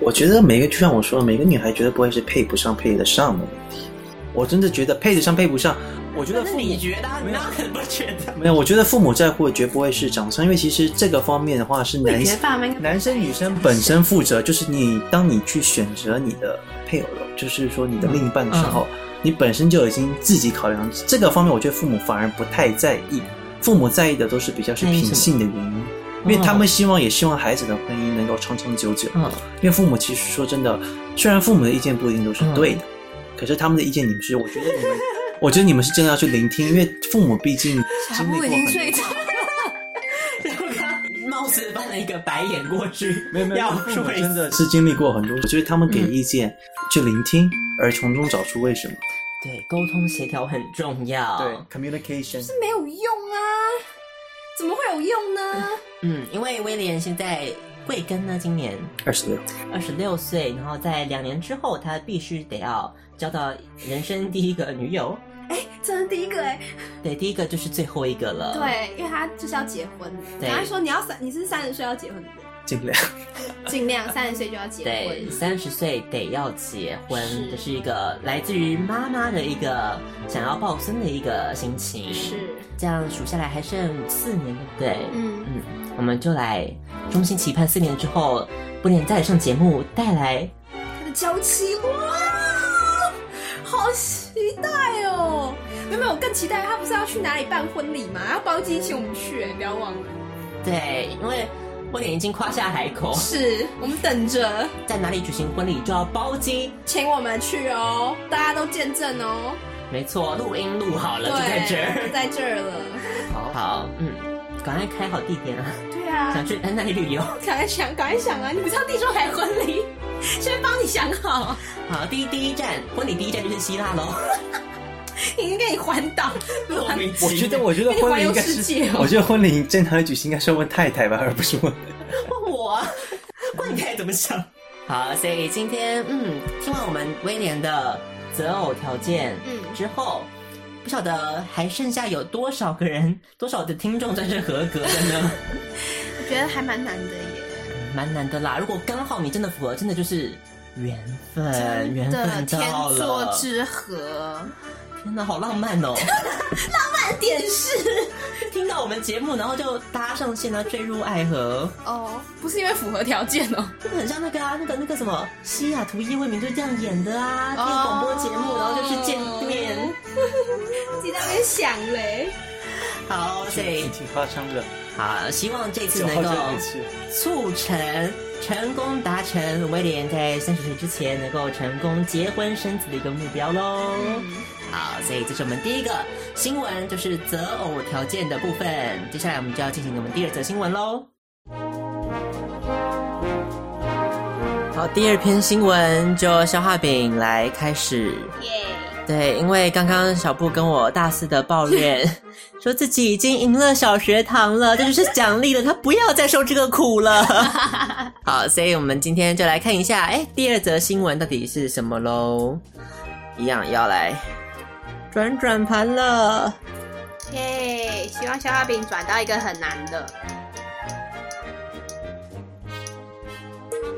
S6: 我觉得每个就像我说，的，每个女孩绝对不会是配不上配得上的问题。我真的觉得配得上配不上，我觉得父母
S4: 觉得，你妈可能不觉得。
S6: 没有，我觉得父母在乎的绝不会是长相，因为其实这个方面的话是男
S5: 觉得爸妈应该
S6: 男生女生本身负责，就是你当你去选择你的配偶，就是说你的另一半的时候，你本身就已经自己考量这个方面，我觉得父母反而不太在意，父母在意的都是比较是
S4: 那是
S6: 品
S4: 什么
S6: 性的原
S5: 嗯
S6: 因，因为他们希望也希望孩子的婚姻能够长长久久。
S4: 嗯，
S6: 因为父母其实说真的，虽然父母的意见不一定都是对的，
S5: 嗯
S6: 可是他们的意见你们是，我觉得你们，我觉得你们是真的要去聆听，因为父母毕竟
S5: 小
S6: 经历
S5: 布
S6: 过
S5: 已
S6: 很
S5: 经
S6: 多
S5: 睡着了，
S4: 貌似翻了一个白眼过去，
S6: 没有没有，
S4: 要
S6: 父
S4: 说
S6: 母
S4: 一
S6: 真的是经历过很多，就是他们给
S5: 嗯
S6: 意见、去聆听，而从中找出为什么。啊
S4: 对沟通协调很重要。，
S6: ，communication
S5: 没有用啊，怎么会有用呢？
S4: 嗯，因为威廉现在贵庚呢？今年
S6: 二十六，
S4: 二十六岁，然后在两年之后，他必须得要交到人生第一个女友，
S5: 这是第一个哎、
S4: 对，第一个就是最后一个了。，
S5: 对，因为他就是要结婚。你
S4: 对
S5: 跟他说你要三，你是三十岁要结婚对不对？
S6: 尽 量。
S5: 尽量三十岁就要结
S4: 对，
S5: 婚。
S4: 三十岁得要结婚，
S5: 是
S4: 这是一个来自于妈妈的一个想要抱孙的一个心情。，
S5: 是，
S4: 这样数下来还剩四年，对不对？
S5: 嗯，
S4: 嗯，我们就来衷心期盼四年之后，不廉再来上节目，带来
S5: 他的娇妻哇，好期待哦！没有没有，我更期待他不是要去哪里办婚礼吗？他包机请我们去、哎，不要忘了。
S4: 对，因为威廉已经夸下海 口，
S5: 是我们等着，
S4: 在哪里举行婚礼就要包机。
S5: 请我们去哦，大家都见证哦。
S4: 没错，录音录好了，
S5: 对，
S4: 就在这
S5: 就
S4: 儿。
S5: 在这儿 了。
S4: 好，嗯，赶快开好地点啊，
S5: 对 啊，
S4: 想去哎哪里旅游？
S5: 赶快想，赶快想啊！你不是要弟兄还婚礼， 先帮你想好。
S4: 好，第一第一站婚礼第一站就是希腊喽。
S5: 已经给你环岛，
S4: 莫名其
S6: 我
S4: 妙
S6: 觉得，我觉得婚礼应该
S5: 环游世界
S6: 是，
S5: 哦
S6: 我觉得婚礼正常的举行应该是要问太太吧，而不是问。
S4: 问我，问你该怎么想？好，所以今天嗯，听完我们威廉的择偶条件
S5: 嗯
S4: 之后，不晓得还剩下有多少个人，多少的听众算是合格的呢？
S5: 我觉得还蛮难的耶。
S4: 蛮难的啦。如果刚好你真的符合，真的就是缘分，缘
S5: 的
S4: 分
S5: 天
S4: 到
S5: 作
S4: 了。
S5: 之合，
S4: 天哪，好浪漫哦！
S5: 点是
S4: 听到我们节目，然后就搭上线啊，坠入爱河，
S5: 哦，不是因为符合条件哦。
S4: 这个很像那个啊，那个那个什么《西雅图夜未眠》就是这样演的啊，听
S5: 哦
S4: 广播节目，然后就去见面。
S5: 自己在那边想嘞，
S4: 好，所以
S6: 挺夸张的，
S4: 好，希望这次
S6: 九号
S4: 能
S6: 就
S4: 够
S6: 回去。
S4: 促成成功达成威廉在三十岁之前能够成功结婚生子的一个目标喽。好，所以这是我们第一个新闻，就是择偶条件的部分。接下来我们就要进行我们第二则新闻喽。好，第二篇新闻就消化饼来开始。
S5: 耶！
S4: 对，因为刚刚小布跟我大肆的抱怨，说自己已经赢了小学堂了，这就是奖励了，他不要再受这个苦了。好，所以我们今天就来看一下，哎，第二则新闻到底是什么喽？一样要来转转盘了。
S5: 耶！希望小花饼转到一个很难的。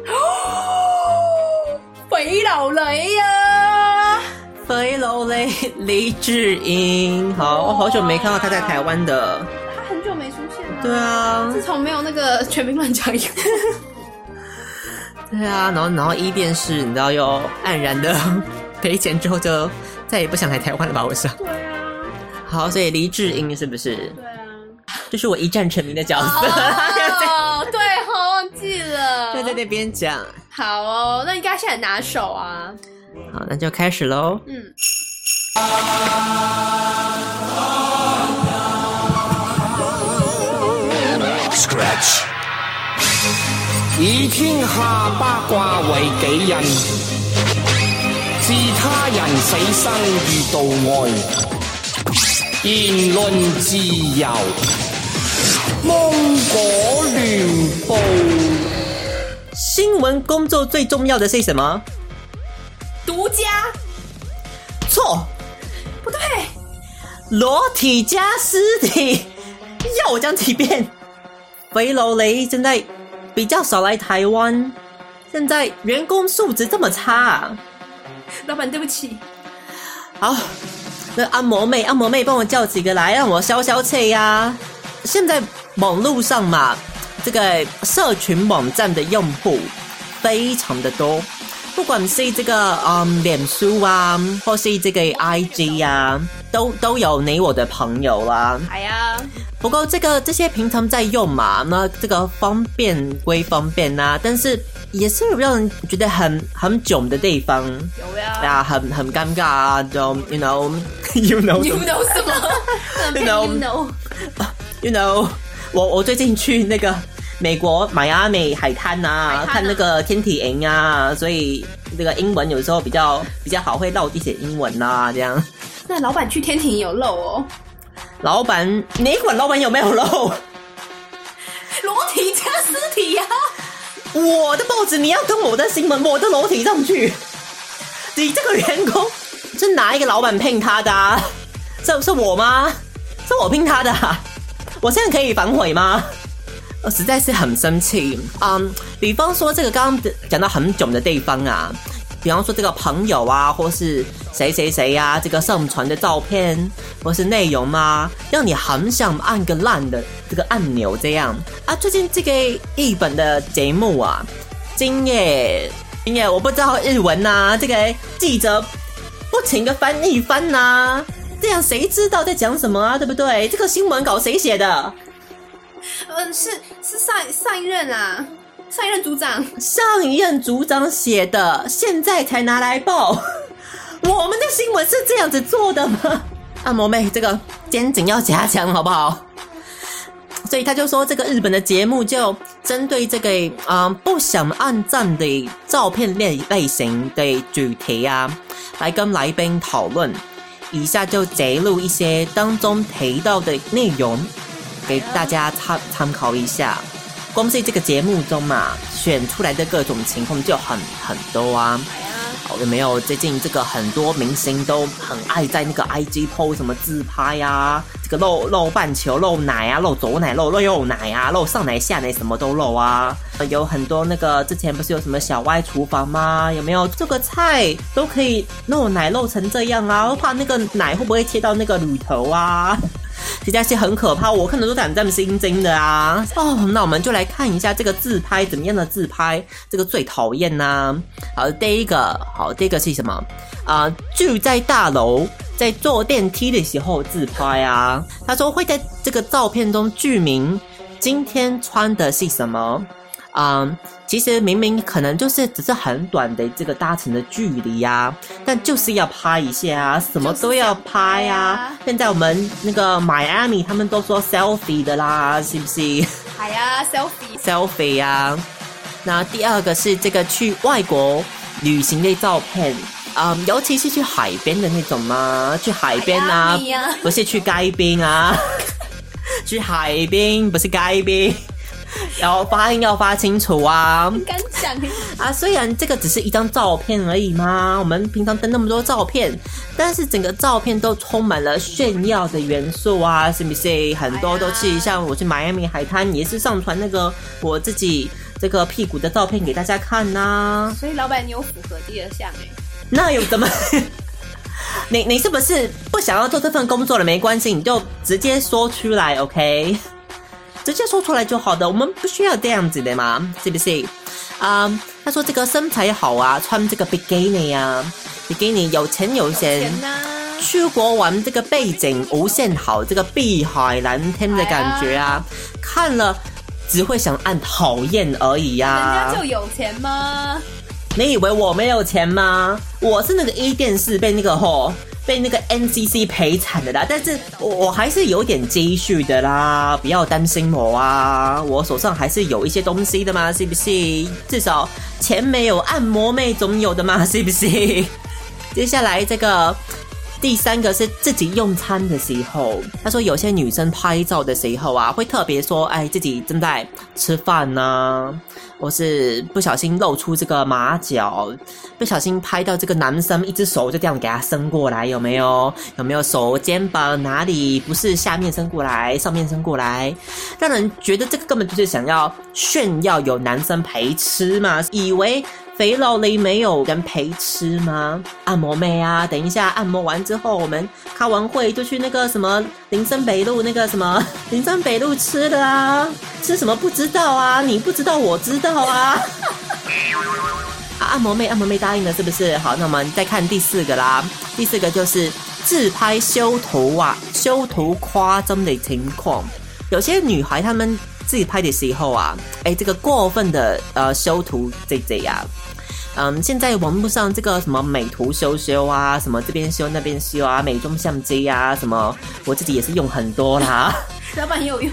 S5: 肥佬雷呀、啊！
S4: 飞楼雷黎智英，好，我好久没看到他在台湾的。
S5: 他很久没出现了，
S4: 对，啊，
S5: 自从没有那个全民乱讲以 后，
S4: 对啊，然后然后一电视，你知道又黯然的 赔钱之后，就再也不想来台湾了吧？我想。
S5: 对啊，
S4: 好，所以黎智英是不是？
S5: 对啊，
S4: 这是我一战成名的角色。
S5: 哦，对哦，忘记 了，
S4: 要在那边讲。
S5: 好哦，那应该现在拿手啊，
S4: 好，那就开始喽。
S5: 嗯，
S7: Scratch。以天下八卦為己任，置他人死生於度外。言論自由，芒果亂報。
S4: 新闻工作最重要的是什么？
S5: 独家
S4: 错，
S5: 不对，
S4: 裸体加尸体。 要我讲几遍？肥楼雷现在比较少来台湾，现在员工素质这么差、啊。
S5: 老板对不起，
S4: 好，那按摩妹，按摩妹帮我叫几个来，让我消消气呀、现在网络上嘛，这个社群网站的用户非常的多，不管是这个嗯脸书啊，或是这个 IG 啊，都都有你我的朋友啦、
S5: 哎呀，
S4: 不过这个这些平常在用嘛，那这个方便归方便呐、但是也是有让人觉得很很囧的地方。
S5: 有呀，
S4: 啊，很很尴尬啊，就 you know you know
S5: 你 you know 什 么
S4: You know
S5: ？You know，
S4: you know，我我最近去那个美国迈阿密海滩
S5: 海
S4: 啊，
S5: 滩啊
S4: 看那个天体营啊，所以那个英文有时候比较比较好，会绕地写英文呐、这样。
S5: 那老板去天庭有漏哦，
S4: 老板，你管老板有没有漏？
S5: 裸体加尸体啊呀、
S4: 我的报纸你要跟我的新闻，我的楼体上去。你这个员工是哪一个老板聘他的、啊？是是我吗？是我聘他的、啊？我现在可以反悔吗？我实在是很生气。嗯，比方说这个刚刚讲到很囧的地方啊，比方说这个朋友啊，或是谁谁谁呀、啊，这个上传的照片或是内容啊，让你很想按个烂的这个按钮这样啊。最近这个日本的节目啊，今夜今夜我不知道日文呐、这个记者不请个翻译翻呐、这样谁知道在讲什么啊？对不对？这个新闻稿谁写的？
S5: 嗯，是是上上一任啊，上一任组长，
S4: 上一任组长写的，现在才拿来报。 我们的新闻是这样子做的吗？按摩妹，这个肩颈要加强，好不好？所以他就说，这个日本的节目就针对这个嗯、呃不想按赞的照片类类型的主题啊，来跟来宾讨论。以下就摘录一些当中提到的内容，给大家参参考一下。光是这个节目中嘛，选出来的各种情况就很很多啊。好有没有？最近这个很多明星都很爱在那个 IG PO 什么自拍呀、这个露露半球、露奶啊、露左奶、露露右奶啊、露上奶下奶，什么都露啊。有很多那个之前不是有什么小歪厨房吗？有没有这个菜都可以露奶露成这样啊？我怕那个奶会不会切到那个乳头啊？实在是很可怕，我看的都胆战心惊的啊！哦，那我们就来看一下这个自拍怎么样的自拍，这个最讨厌呐、好，第一个，好，第一个是什么？啊、住在大楼，在坐电梯的时候自拍啊。他说会在这个照片中注明今天穿的是什么。嗯，其实明明可能就是只是很短的这个搭乘的距离啊，但就是要拍一下啊，什么都要拍
S5: 就是想拍
S4: 啊
S5: 啊。
S4: 现在我们那个迈阿密他们都说 selfie 的啦，是不 是
S5: 哎呀，selfie，
S4: selfie 啊？那第二个是这个去外国旅行的照片，嗯，尤其是去海边的那种嘛，去海边
S5: 迈阿
S4: 啊
S5: 密啊，
S4: 不是去街边啊， 去海边不是街边， 然后发音要发清楚啊。
S5: 敢讲
S4: 啊，虽然这个只是一张照片而已嘛，我们平常登那么多照片，但是整个照片都充满了炫耀的元素啊，是不是？很多都是像我去迈阿密海滩，也是上传那个我自己这个屁股的照片给大家看呐、
S5: 所以老板你有符合第二项哎、
S4: 那有怎么？ 你你是不是不想要做这份工作了？没关系，你就直接说出来，OK？直接说出来就好的，我们不需要这样子的嘛，是不是？啊、他说这个身材好啊，穿这个 bikini 啊，bikini 有钱有闲，
S5: 钱啊呐、
S4: 出国玩这个背景无限好，这个碧海蓝天的感觉啊，看了只会想按讨厌而已啊呀、
S5: 人家就有钱吗？
S4: 你以为我没有钱吗？我是那个一电视被那个吼被那个 NCC 赔惨的啦，但是我我还是有点积蓄的啦，不要担心我啊，我手上还是有一些东西的嘛，是不是？至少钱没有，按摩妹总有的嘛， 是不是？接下来这个第三个是自己用餐的时候，他说有些女生拍照的时候啊，会特别说，哎，自己正在吃饭啊呢、或是不小心露出这个马脚，不小心拍到这个男生一只手就这样给他伸过来，有没有？有没有手肩膀哪里不是下面伸过来，上面伸过来，让人觉得这个根本就是想要炫耀有男生陪吃嘛，以为。肥佬里没有人陪吃吗？按摩妹啊，等一下按摩完之后，我们开完会就去那个什么林森北路那个什么 林森北路吃的啊，吃什么不知道啊，你不知道我知道啊。 啊，按摩妹，按摩妹答应了是不是？好，那我们再看第四个啦。第四个就是自拍修图啊，修图夸张的情况。有些女孩她们自己拍的时候啊，哎、这个过分的呃修图这这呀、嗯，现在网络上这个什么美图修修啊，什么这边修那边修啊，美妆相机啊，什么我自己也是用很多啦。
S5: 老板也有用，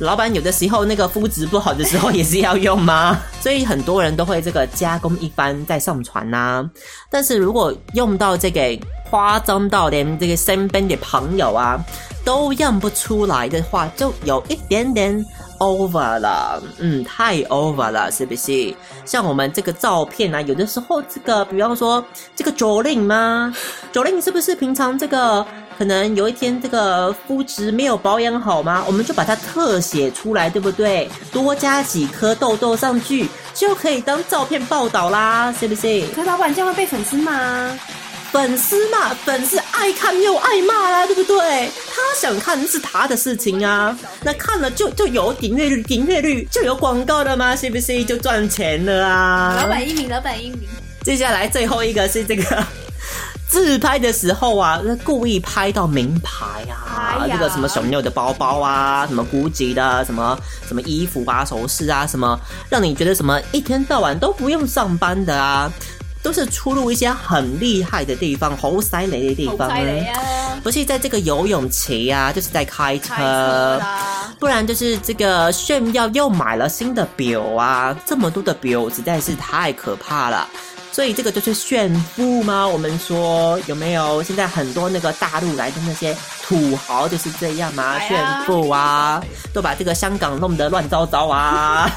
S4: 老板有的时候那个肤质不好的时候也是要用吗？所以很多人都会这个加工一番再上传啊呐、但是如果用到这个夸张到连这个身边的朋友啊都认不出来的话，就有一点点 over 了，嗯，太 over 了，是不是？像我们这个照片啊，有的时候这个，比方说这个 Jolin 吗？Jolin 是不是平常这个可能有一天这个肤质没有保养好吗？我们就把它特写出来，对不对？多加几颗痘痘上去，就可以当照片报道啦，是不是？
S5: 可是老板这样会被粉丝骂。啊
S4: 粉丝嘛，粉丝爱看又爱骂啦，对不对？他想看是他的事情啊，那看了就就有点阅率，点阅率就有广告了吗？是不是就赚钱了啊？
S5: 老板一名，老板一名，
S4: 接下来最后一个是这 个自拍的时候啊，那故意拍到名牌啊，
S5: 哎呀
S4: 这个什么小妞的包包啊，什么 GUCCI 的什么什么衣服啊、首饰啊，什么让你觉得什么一天到晚都不用上班的啊，都是出入一些很厉害的地方、猴塞雷的地
S5: 好
S4: 方啊
S5: 猜的呀，
S4: 不是在这个游泳池啊，就是在开车，啊
S5: 开车啦，
S4: 不然就是这个炫耀又买了新的表啊，这么多的表实在是太可怕了。所以这个就是炫富吗？我们说有没有？现在很多那个大陆来的那些土豪就是这样嘛，
S5: 哎
S4: 炫
S5: 呀
S4: 富啊，都把这个香港弄得乱糟糟啊。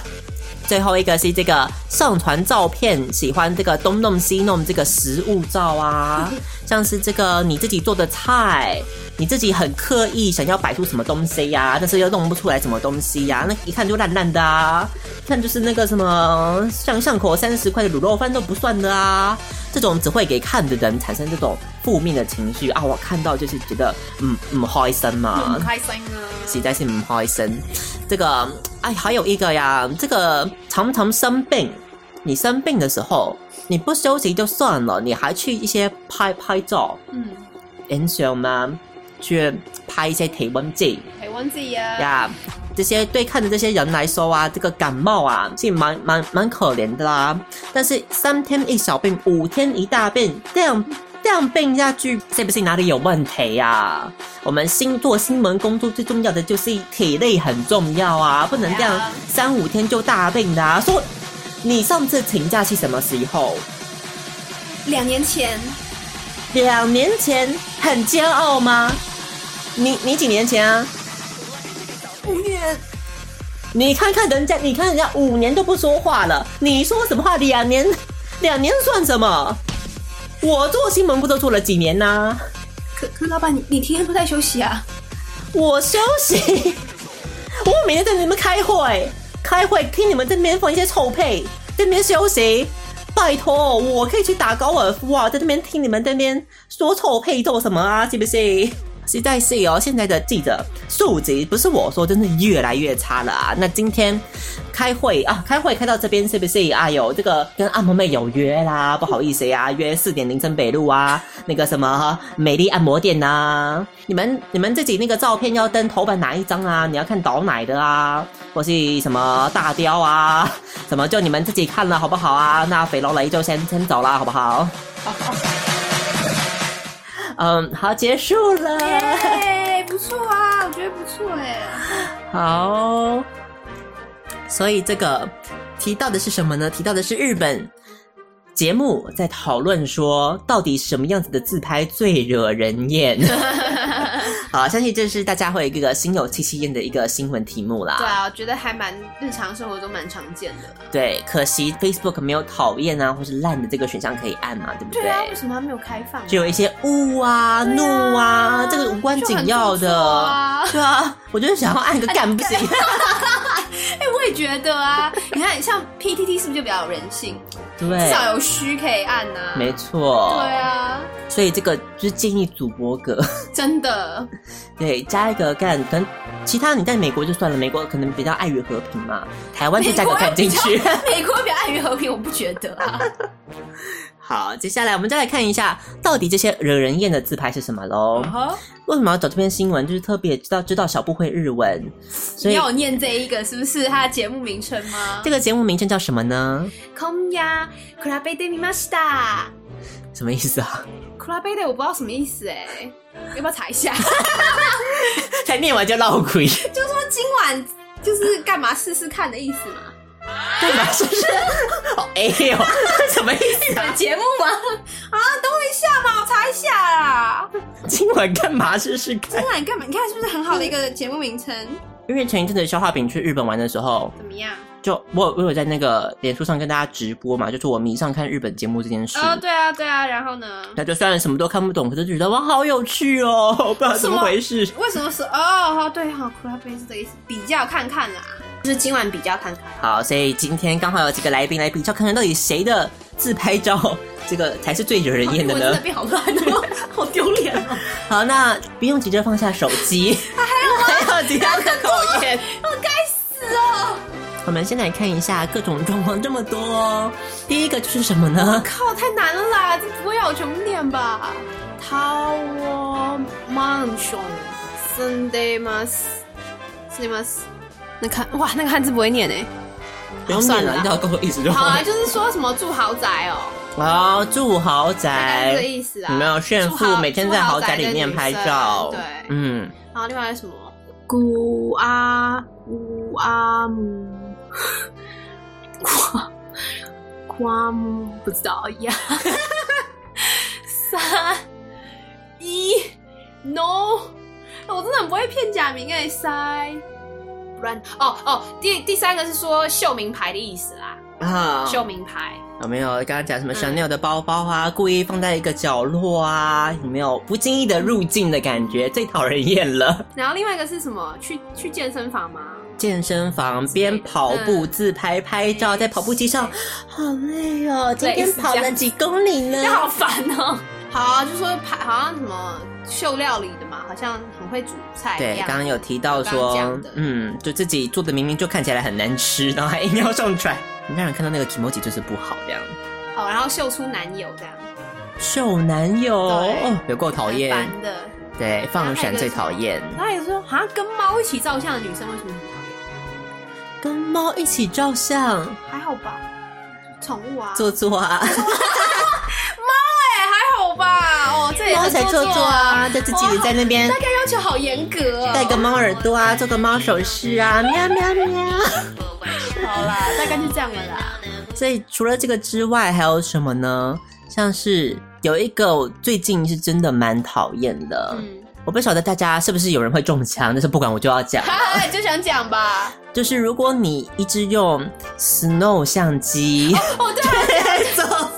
S4: 最后一个是这个上传照片，喜欢这个东弄西弄这个食物照啊，像是这个你自己做的菜，你自己很刻意想要摆出什么东西呀、但是又弄不出来什么东西呀、那一看就烂烂的啊，看就是那个什么像巷口三十块的卤肉饭都不算的啊，这种只会给看的人产生这种负面的情绪啊，我看到就是觉得嗯嗯开心嘛
S5: 很，开心啊。
S4: 实在是唔开心。这个，哎，还有一个呀，这个常常生病，你生病的时候，你不休息就算了，你还去一些拍拍照、
S5: 嗯，
S4: 影相吗？去拍一些体温计
S5: 台湾自己啊，
S4: 呀。这些对看的这些人来说啊，这个感冒啊是蛮蛮蛮可怜的啦。但是三天一小病，五天一大病，这样这样病下去，是不是哪里有问题呀、我们星座新闻工作最重要的就是体力很重要啊，不能这样
S5: 对啊
S4: 三五天就大病的、啊。说你上次请假是什么时候？
S5: 两年前
S4: 两年前，很骄傲吗？你你几年前啊？
S5: 五月
S4: 你看看人家，你看人家五年都不说话了，你说什么话？两年，两年算什么？我做新闻不都做了几年呢、
S5: 可可老板，你你天天都在休息啊？
S4: 我休息，我每天在你们开会，开会听你们在那边放一些臭屁，在那边休息。拜托，我可以去打高尔夫啊，在那边听你们在那边说臭屁做什么啊？是不是？ 实在是哦，现在的记者素质不是我说，真是越来越差了啊！那今天开会啊，开会开到这边是不是？哎呦，这个跟按摩妹有约啦，不好意思呀、约四点林森北路啊，那个什么美丽按摩店呐、啊你们你们自己那个照片要登头版哪一张啊？你要看倒奶的啊，或是什么大雕啊，什么就你们自己看了好不好啊？那肥佬雷就先先走啦，好不 好？嗯，好，结束了。
S5: 哎，不错啊，我觉得不错哎。
S4: 好，所以这个提到的是什么呢？提到的是日本节目在讨论说，到底什么样子的自拍最惹人厌？ 好，相信这是大家会有一个心有戚戚焉的一个新闻题目啦。
S5: 对啊，我觉得还蛮日常生活中蛮常见的。
S4: 对，可惜 Facebook 没有讨厌啊或是烂的这个选项可以按嘛，对不对？
S5: 对啊，为什么它没有开放？
S4: 就有一些恶啊、怒啊，这个无关紧要
S5: 就很做作
S4: 的。
S5: 啊
S4: 对啊，我就是想要按个干不行。
S5: 哎、我也觉得啊。你看，像 PTT 是不是就比较有人性？至
S4: 对，
S5: 少有虚可以按呐、啊。
S4: 没错。
S5: 对啊，
S4: 所以这个就是建议主播格，
S5: 真的。
S4: 对，加一个干，可能其他你在美国就算了，美国可能比较爱与和平嘛，台湾就加个干进去。
S5: 美国比较爱与和平，我不觉得啊。
S4: 好，接下来我们再来看一下，到底这些惹人厌的自拍是什么喽？
S5: 哦
S4: 为什么要找这篇新闻？就是特别知道知道小布会日文，所
S5: 你
S4: 以
S5: 要我念这一个是不是它的节目名称吗？
S4: 这个节目名称叫什么呢？
S5: 空呀，比べてみました。
S4: 什么意思啊？
S5: 比べて我不知道什么意思哎、要不要查一 下？
S4: 才念完就闹鬼，
S5: 就是说今晚就是干嘛试试看的意 思嘛？
S4: 对吧？是不是？ 哦哎呦， 什么意思 啊？
S5: 节目吗？啊，等我一下嘛，我查一下啦。
S4: 今晚干嘛试试看
S5: 今？晚干嘛？你看是不是很好的一个节目名称？
S4: 因为前一阵子消化饼去日本玩的时候，
S5: 怎么样？
S4: 就我有我有在那个脸书上跟大家直播嘛，就是我迷上看日本节目这件事。
S5: 哦，对啊，对啊，然后呢？
S4: 那就虽然什么都看不懂，可是觉得哇好有趣哦， 不知道怎么回事。
S5: 为什么是哦？哦对哈、c l u b 是这个意思，比较看看啦，就是今晚比较看看。
S4: 好，所以今天刚好有几个来宾来比较，看看到底谁的自拍照这个才是最惹人厌的
S5: 我真
S4: 呢
S5: 的？变好烂哦， 好丢脸哦！
S4: 好，那不用急着放下手 机， 还有还有其他的考验。
S5: 我该死哦！
S4: 我们先来看一下各种状况这么多哦。第一个就是什么呢？
S5: 靠，太难了啦，这不会要我全部念吧？桃窝曼雄森 y 吗？森 y 吗？那看哇，那个汉字不会 念哎。
S4: 不用念
S5: 算了
S4: 了，
S5: 啦
S4: 你只要跟我意思就好
S5: 好啊，。就是说什么住豪宅哦，
S4: 好，住豪
S5: 大概
S4: 宅
S5: 是这个意思啊。
S4: 有哎没有炫
S5: 住
S4: 富？
S5: 豪
S4: 每天在豪宅里面拍照，
S5: 住豪宅的女生对，
S4: 嗯，
S5: 然后另外是什么古阿古阿姆， 瓜瓜姆不知道 呀，三一 no，我真的很不会骗假名哎、塞。不然哦哦，第第三个是说秀名牌的意思啦，
S4: 啊，
S5: 秀名牌，
S4: 有没有刚刚讲什么 Chanel 的包包啊，故意放在一个角落啊，有没有不经意的入境的感觉？最讨人厌了。
S5: 然后另外一个是什么？去去健身房吗？
S4: 健身房边跑步
S5: 嗯
S4: 自拍拍
S5: 哦
S4: 照，在跑步机上，好累哦，今
S5: 对
S4: 天
S5: 是这
S4: 跑
S5: 样
S4: 了几公里呢？
S5: 这好烦哦。好啊，就说排好像什么秀料理的嘛，好像很会煮菜
S4: 对
S5: 一，样。
S4: 刚刚有提到
S5: 哎我刚刚
S4: 说
S5: 讲的，
S4: 嗯，就自己做的明明就看起来很难吃，然后还硬要上传，让人看到那个 i m o j i 就是不好这样。
S5: 哦，然后秀出男友这样，
S4: 秀男友
S5: 对
S4: 哦，有够讨厌，
S5: 蛮烦的。
S4: 对，放闪最讨厌。
S5: 然后也说，好像跟猫一起照相的女生为什么很讨厌？
S4: 跟猫一起照相，
S5: 还好吧，宠物啊，
S4: 做作啊，
S5: 哎、还好吧，哦，这也
S4: 猫
S5: 很
S4: 才
S5: 做
S4: 做作
S5: 作
S4: 啊，就自己在那边
S5: 哇大概要求好严格哦。
S4: 戴个猫耳朵啊，做个猫首饰啊，喵喵喵。
S5: 好啦，大概就这样了啦。
S4: 所以除了这个之外，还有什么呢？像是有一个我最近是真的蛮讨厌的，
S5: 嗯，
S4: 我不晓得大家是不是有人会中枪，但是不管我就要 讲，
S5: 哈哈，就想 讲吧。
S4: 就是如果你 一直用 Snow 相机
S5: 哦，对啊，
S4: 拍照，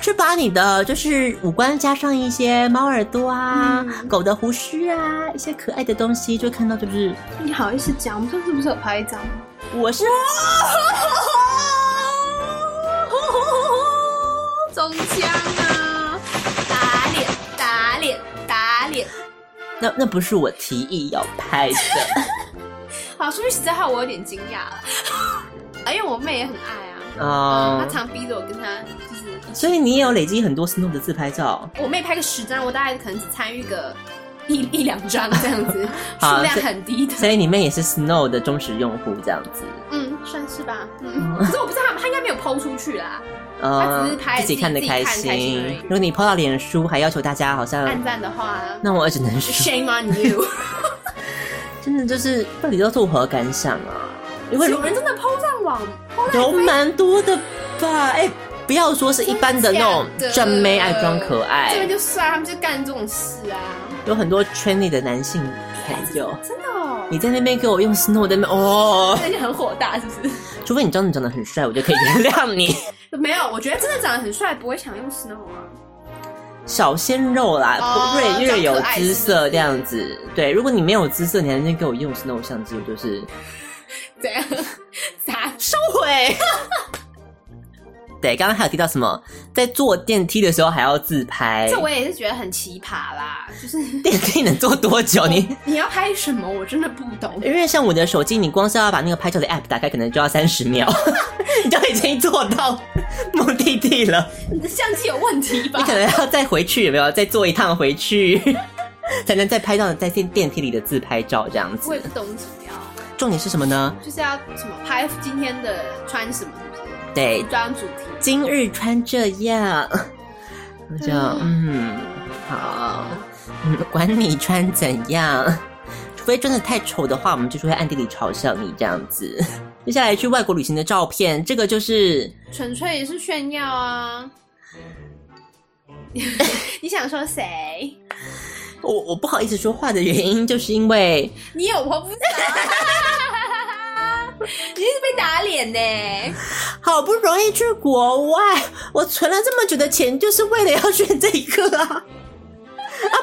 S4: 是把你的就是五官加上一些猫耳朵啊、
S5: 嗯
S4: 狗的胡须啊，一些可爱的东西，就看到就是
S5: 你好意思讲？我们上次不是有拍一张吗？
S4: 我是。
S5: 哦中枪啊！打脸，打脸，打脸！
S4: 那那不是我提议要拍的
S5: 啊，说句实在话，我有点惊讶了， 啊，因为我妹也很爱啊，她
S4: 哦，
S5: 常逼着我跟她就是一起
S4: 所以你也有累积很多 Snoop 的自拍照，
S5: 我妹拍个十张，我大概可能只参与个一一两张这样 子，
S4: 好
S5: 数量很低的。
S4: 所以你们也是 Snow 的忠实用户这样子，
S5: 嗯，算是吧。嗯，可是我不知道她她应该没有抛出去啊啦，他只是拍
S4: 哦自己看得开
S5: 自己看得开心而已
S4: 如果你 PO 到脸书，还要求大家好像，
S5: 暗赞的话
S4: 那我只能说，
S5: ，Shame on you！
S4: 真的就是到底都作何感想啊？因为
S5: 有人真的抛上网，
S4: 有蛮多的吧？哎、不要说是一般的那种
S5: 真的假
S4: 正
S5: 的
S4: 妹爱装可
S5: 这边
S4: 爱，
S5: 就算他们就干这种事啊，
S4: 有很多圈里的男性朋友，
S5: 真的哦。
S4: 你在那边给我用 Snow 在那边哦，
S5: 那你很火大是不是？
S4: 除非你真的长得很帅，我就可以原谅 你。
S5: 没有，我觉得真的长得很帅，不会想用 snow 啊。
S4: 小鲜肉啦，
S5: 哦
S4: 略略有
S5: 装可爱
S4: 姿
S5: 是不
S4: 色
S5: 是
S4: 这样子。对，如果你没有姿色，你还能给我用 Snow 相机，我就是
S5: 怎样？啥？
S4: 收回。 对，刚刚还有提到什么，在坐电梯的时候还要自拍
S5: 这，我也是觉得很奇葩啦，就是
S4: 电梯能坐多久？你
S5: 你要拍什么，我真的不懂。
S4: 因为像我的手机，你光是要把那个拍照的 app 打开，可能就要三十秒， 你就已经坐到目的地了。
S5: 你的相机有问题吧
S4: 你？可能要再回去，有没有？再坐一趟回去， 才能再拍到在电电梯里的自拍照这样
S5: 我
S4: 子
S5: 也。不懂怎么样，
S4: 重点是什么呢？
S5: 就是要什么拍今天的穿什么，是不是？
S4: 对
S5: 服，装主题。
S4: 今日穿这样，我就嗯好，嗯，管你穿怎样，除非真的太丑的话，我们就是会暗地里嘲笑你这样子。接下来去外国旅行的照片，这个就是
S5: 纯粹也是炫耀啊！ 你想说谁？
S4: 我我不好意思说话的原因，就是因为
S5: 你有我不知道， 你是被打脸呢、
S4: 好不容易去国外，我存了这么久的钱，就是为了要炫这一个啊！ 啊，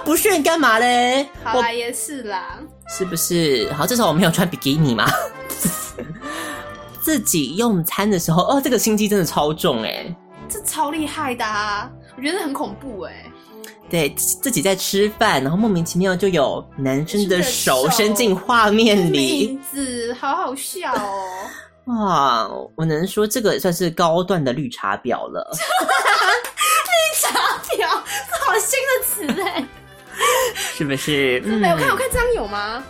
S4: 不炫干嘛嘞？
S5: 好
S4: 我
S5: 啦，也是啦，
S4: 是不是？好，至少我没有穿比基尼嘛。 自己用餐的时候，哦，这个心机真的超重哎、
S5: 这超厉害的啊！我觉得很恐怖哎、
S4: 对自己在吃饭，然后莫名其妙就有男生的
S5: 是
S4: 手
S5: 的手
S4: 伸进画面里
S5: 名，字好好笑哦，
S4: 哇！我能说这个算是高段的绿茶婊了。
S5: 傻屌，这好新的词哎、
S4: 是不是？ 嗯
S5: 没有看，我看张友吗？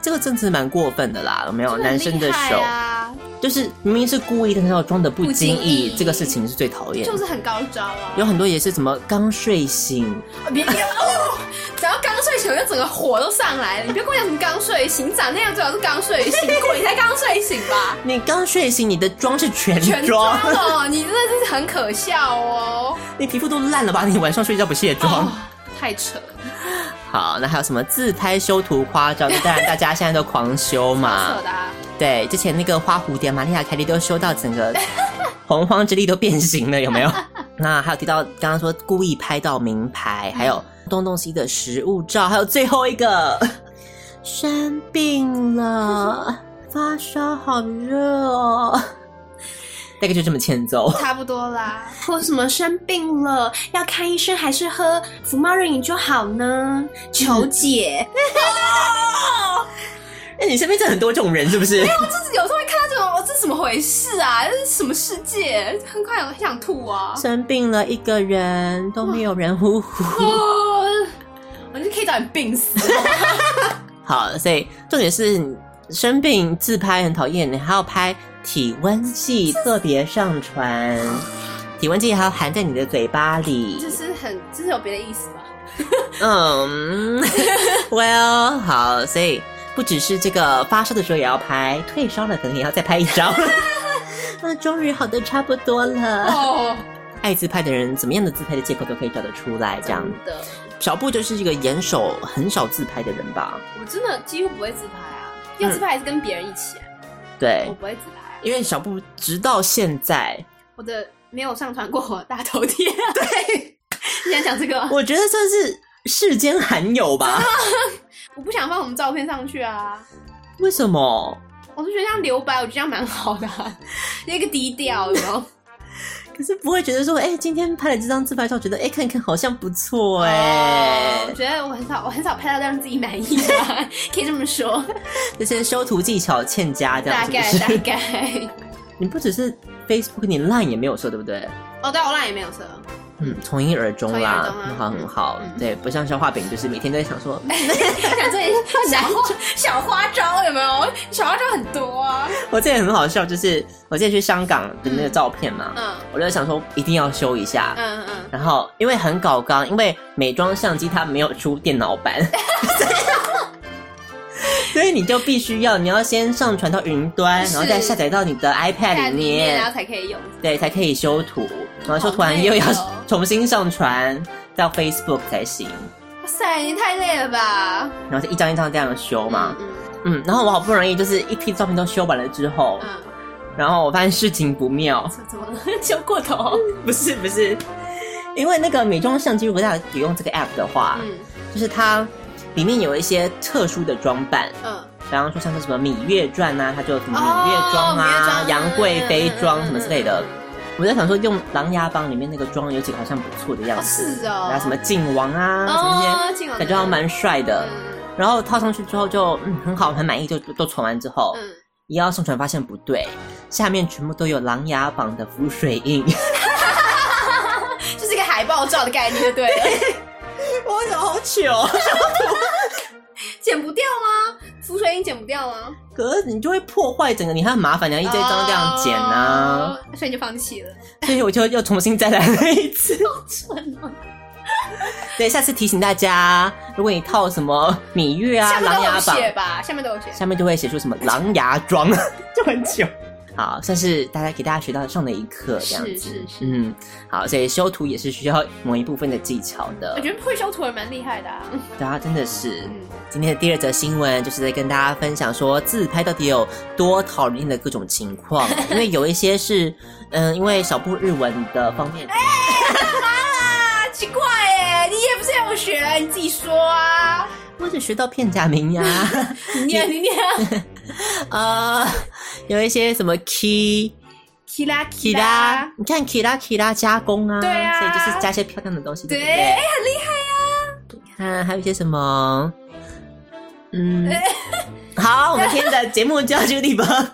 S4: 这个政策蛮过分的啦，有没有？
S5: 真很
S4: 男生的
S5: 厉害
S4: 手
S5: 啊，
S4: 就是明明是故意，但是要装的不
S5: 不
S4: 经
S5: 经
S4: 意
S5: 意，
S4: 这个事情是最讨厌的。
S5: 就是很高招啊！
S4: 有很多也是什么刚睡醒，
S5: 别别哦！只要刚睡醒，我就整个火都上来了。你别跟我讲什么刚睡醒，你长那样最好是刚睡醒，鬼才刚睡醒 吧？
S4: 你刚睡醒，你的妆是全
S5: 全
S4: 妆
S5: 妆，哦，你真的是很可笑哦！
S4: 你皮肤都烂了吧？你晚上睡觉不卸妆？
S5: 哦，太扯了，
S4: 好，那还有什么自拍修图夸张？那当然，大家现在都狂修嘛
S5: 扯。的、啊。
S4: 对，之前那个花蝴蝶玛丽亚凯莉都修到整个洪荒之力都变形了，有没有？ 那还有提到刚刚说故意拍到名牌，还有东东西的食物照，还有最后一个生病了，发烧好热哦，大概就这么欠揍。
S5: 差不多啦，或什么生病了要看医生，还是喝福猫润饮就好呢？求解！
S4: 哎、你身边真的很多这种人是不是？
S5: 就是有时候会看到这种，哦这怎么回事啊？这是什么世界？很快很想吐啊！
S4: 生病了一个人都没有人呼呼。
S5: 哦，我就可以找你病死。
S4: 好，所以重点是生病自拍很讨厌，你还要拍体温计特别上传，体温计还要含在你的嘴巴里。
S5: 就是很，就是有别的意思吧？
S4: 嗯 ，Well，好，所以不只是这个发烧的时候也要拍，退烧了可能也要再拍一 张。那终于好的差不多了。
S5: 哦，
S4: 爱自拍的人，怎么样的自拍的借口都可以找得出来。这样，
S5: 真的，
S4: 小布就是一个严守很少自拍的人吧？
S5: 我真的几乎不会自拍啊，要自拍还是跟别人一起啊，
S4: 对
S5: 我，不会自拍啊、
S4: 因为小布直到现在
S5: 我的没有上传过我的大头贴、啊，对， 你想讲这 个啊？
S4: 我觉得算是世间罕有 吧。
S5: 我不想放我们照片上去啊！
S4: 为什么？
S5: 我是觉得像留白，我觉得这样蛮好的、啊，一个低调，有 没有？
S4: 可是不会觉得说，哎、今天拍了这张自拍照，觉得哎、看一看好像不错哎、
S5: 哦我觉得我很少，我很少拍到让自己满意的啊，可以这么说，
S4: 这些修图技巧欠佳，这样
S5: 大
S4: 是不是？
S5: 概大概。
S4: 你不只是 Facebook，你 Line 也没有设，对不对？
S5: 哦，对，我烂也没有色，
S4: 嗯，从一而终啦，
S5: 从一而终啊
S4: 很好很好。
S5: 嗯
S4: 对，不像消化饼，就是每天都在想说，
S5: 想 做一些小花小花招，有没有？小花招很多啊，
S4: 我之前很好笑，就是我之前去香港的那个照片嘛，
S5: 嗯
S4: 我就想说一定要修一下。
S5: 嗯嗯，
S4: 然后，因为很搞纲，因为美妆相机它没有出电脑版， 所以你就必须要，你要先上传到云端，
S5: 是
S4: 然后再下载到你的 iPad
S5: 看
S4: 里
S5: 里面然后
S4: 面，
S5: 才可以用。
S4: 对，才可以修图。然后修图
S5: 好
S4: 完
S5: 累
S4: 又要
S5: 哦
S4: 重新上传到 Facebook 才行，
S5: 哇塞，你太累了吧？
S4: 然后就一张一张这样修嘛。
S5: 嗯
S4: 嗯，然后我好不容易就是一批照片都修完了之后，
S5: 嗯嗯，
S4: 然后我发现事情不妙，
S5: 怎怎么了？修过头？
S4: 不是不是，因为那个美妆相机，如果大家有用这个 app 的话，
S5: 嗯
S4: 就是它里面有一些特殊的装扮，
S5: 嗯，哦
S4: 比方说像是什么芈月传啊，它就有什么芈月妆啊、杨贵妃妆什么之类
S5: 嗯
S4: 的。我在想说，用《琅琊榜》里面那个妆有几个好像不错的样
S5: 哦
S4: 子，
S5: 是哦
S4: 然后什么靖王啊，什么
S5: 哦
S4: 那，些
S5: 进了
S4: 感觉好像蛮帅的。
S5: 嗯
S4: 然后套上去之后就嗯很好，很满意，就就都传完之后，
S5: 嗯，
S4: 一要上传发现不对，下面全部都有《琅琊榜》的浮水 印。
S5: 就是一个海报照的概念，就对了，
S4: 我有好糗，
S5: 剪不掉吗？浮水印剪不掉吗？
S4: 可是你就会破坏整个，你还很麻烦，你要一张一张这样剪啊，
S5: 哦，所以你就放弃了。
S4: 所以我就又重新再来了一次。
S5: 蠢哦，
S4: 对，下次提醒大家，如果你套什么芈月啊、
S5: 下面
S4: 琅
S5: 都有
S4: 琊榜，
S5: 写吧，下面都有写。
S4: 下面就会写出什么琅琊 妆，就很糗。好，算是大家给大家学到上的一课，这样
S5: 是
S4: 子。
S5: 是是，
S4: 嗯，好，所以修图也是需要某一部分的技巧的
S5: 我。觉得会修图也蛮厉害的啊。
S4: 对啊，真的是
S5: 嗯。
S4: 今天的第二则新闻就是在跟大家分享说，自拍到底有多讨人厌的各种情况，因为有一些是，嗯，因为少部日文的方面，
S5: 啊，奇怪哎，你也不是要学，你自己说啊。
S4: 我只学到片假名 呀、
S5: 你念你念
S4: 呃，有一些什么 key
S5: ，kira
S4: kira，
S5: kira，
S4: 你看 kira kira 加工啊，
S5: 对啊
S4: 所以就是加一些漂亮的东西，对
S5: 对，
S4: 不
S5: 哎，
S4: 对？
S5: 很厉害啊。
S4: 看还有一些什么， 嗯，好，我们今天的节目就到这个地方。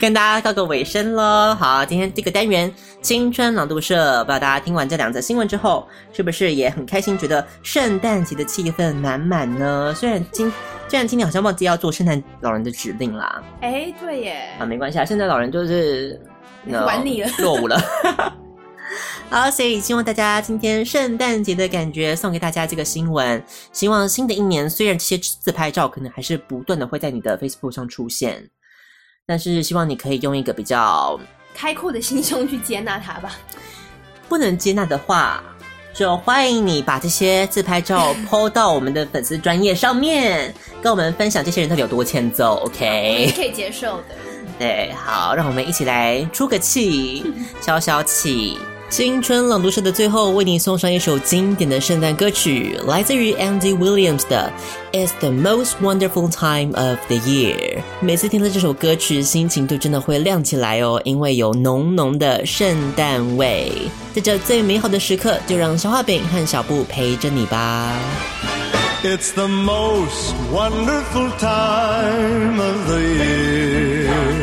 S4: 跟大家告个尾声喽。好，今天这个单元青春朗读社，不知道大家听完这两则新闻之后，是不是也很开心，觉得圣诞节的气氛满满呢？虽然今虽然今天好像忘记要做圣诞老人的指令啦，
S5: 哎，对耶
S4: 啊，，没关系啊，圣诞老人就是呃
S5: 玩你了
S4: 落伍了。 好，所以希望大家今天圣诞节的感觉送给大家这个新闻。希望新的一年，虽然这些自拍照可能还是不断的会在你的 Facebook 上出现，但是希望你可以用一个比较
S5: 开阔的心胸去接纳它吧。
S4: 不能接纳的话，就欢迎你把这些自拍照 PO 到我们的粉丝专业上面，跟我们分享这些人到底有多欠揍。OK，
S5: 可以接受的。
S4: 对，好，让我们一起来出个气，消消气。新春朗读社的最后，为你送上一首经典的圣诞歌曲，来自于 Andy Williams 的《It's the Most Wonderful Time of the Year》。每次听到这首歌曲，心情都真的会亮起来哦，因为有浓浓的圣诞味。在这最美好的时刻，就让消化饼和小布陪着你吧。
S8: It's the most wonderful time of the year.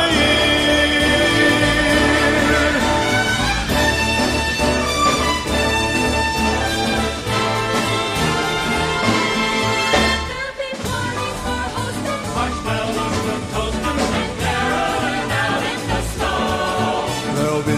S8: year. There'll be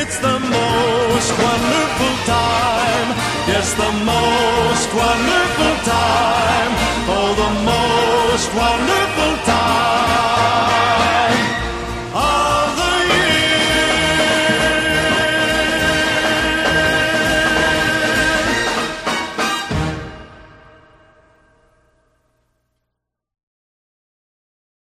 S8: It's the most wonderful time. Yes, the most wonderful time. Oh, the most wonderful.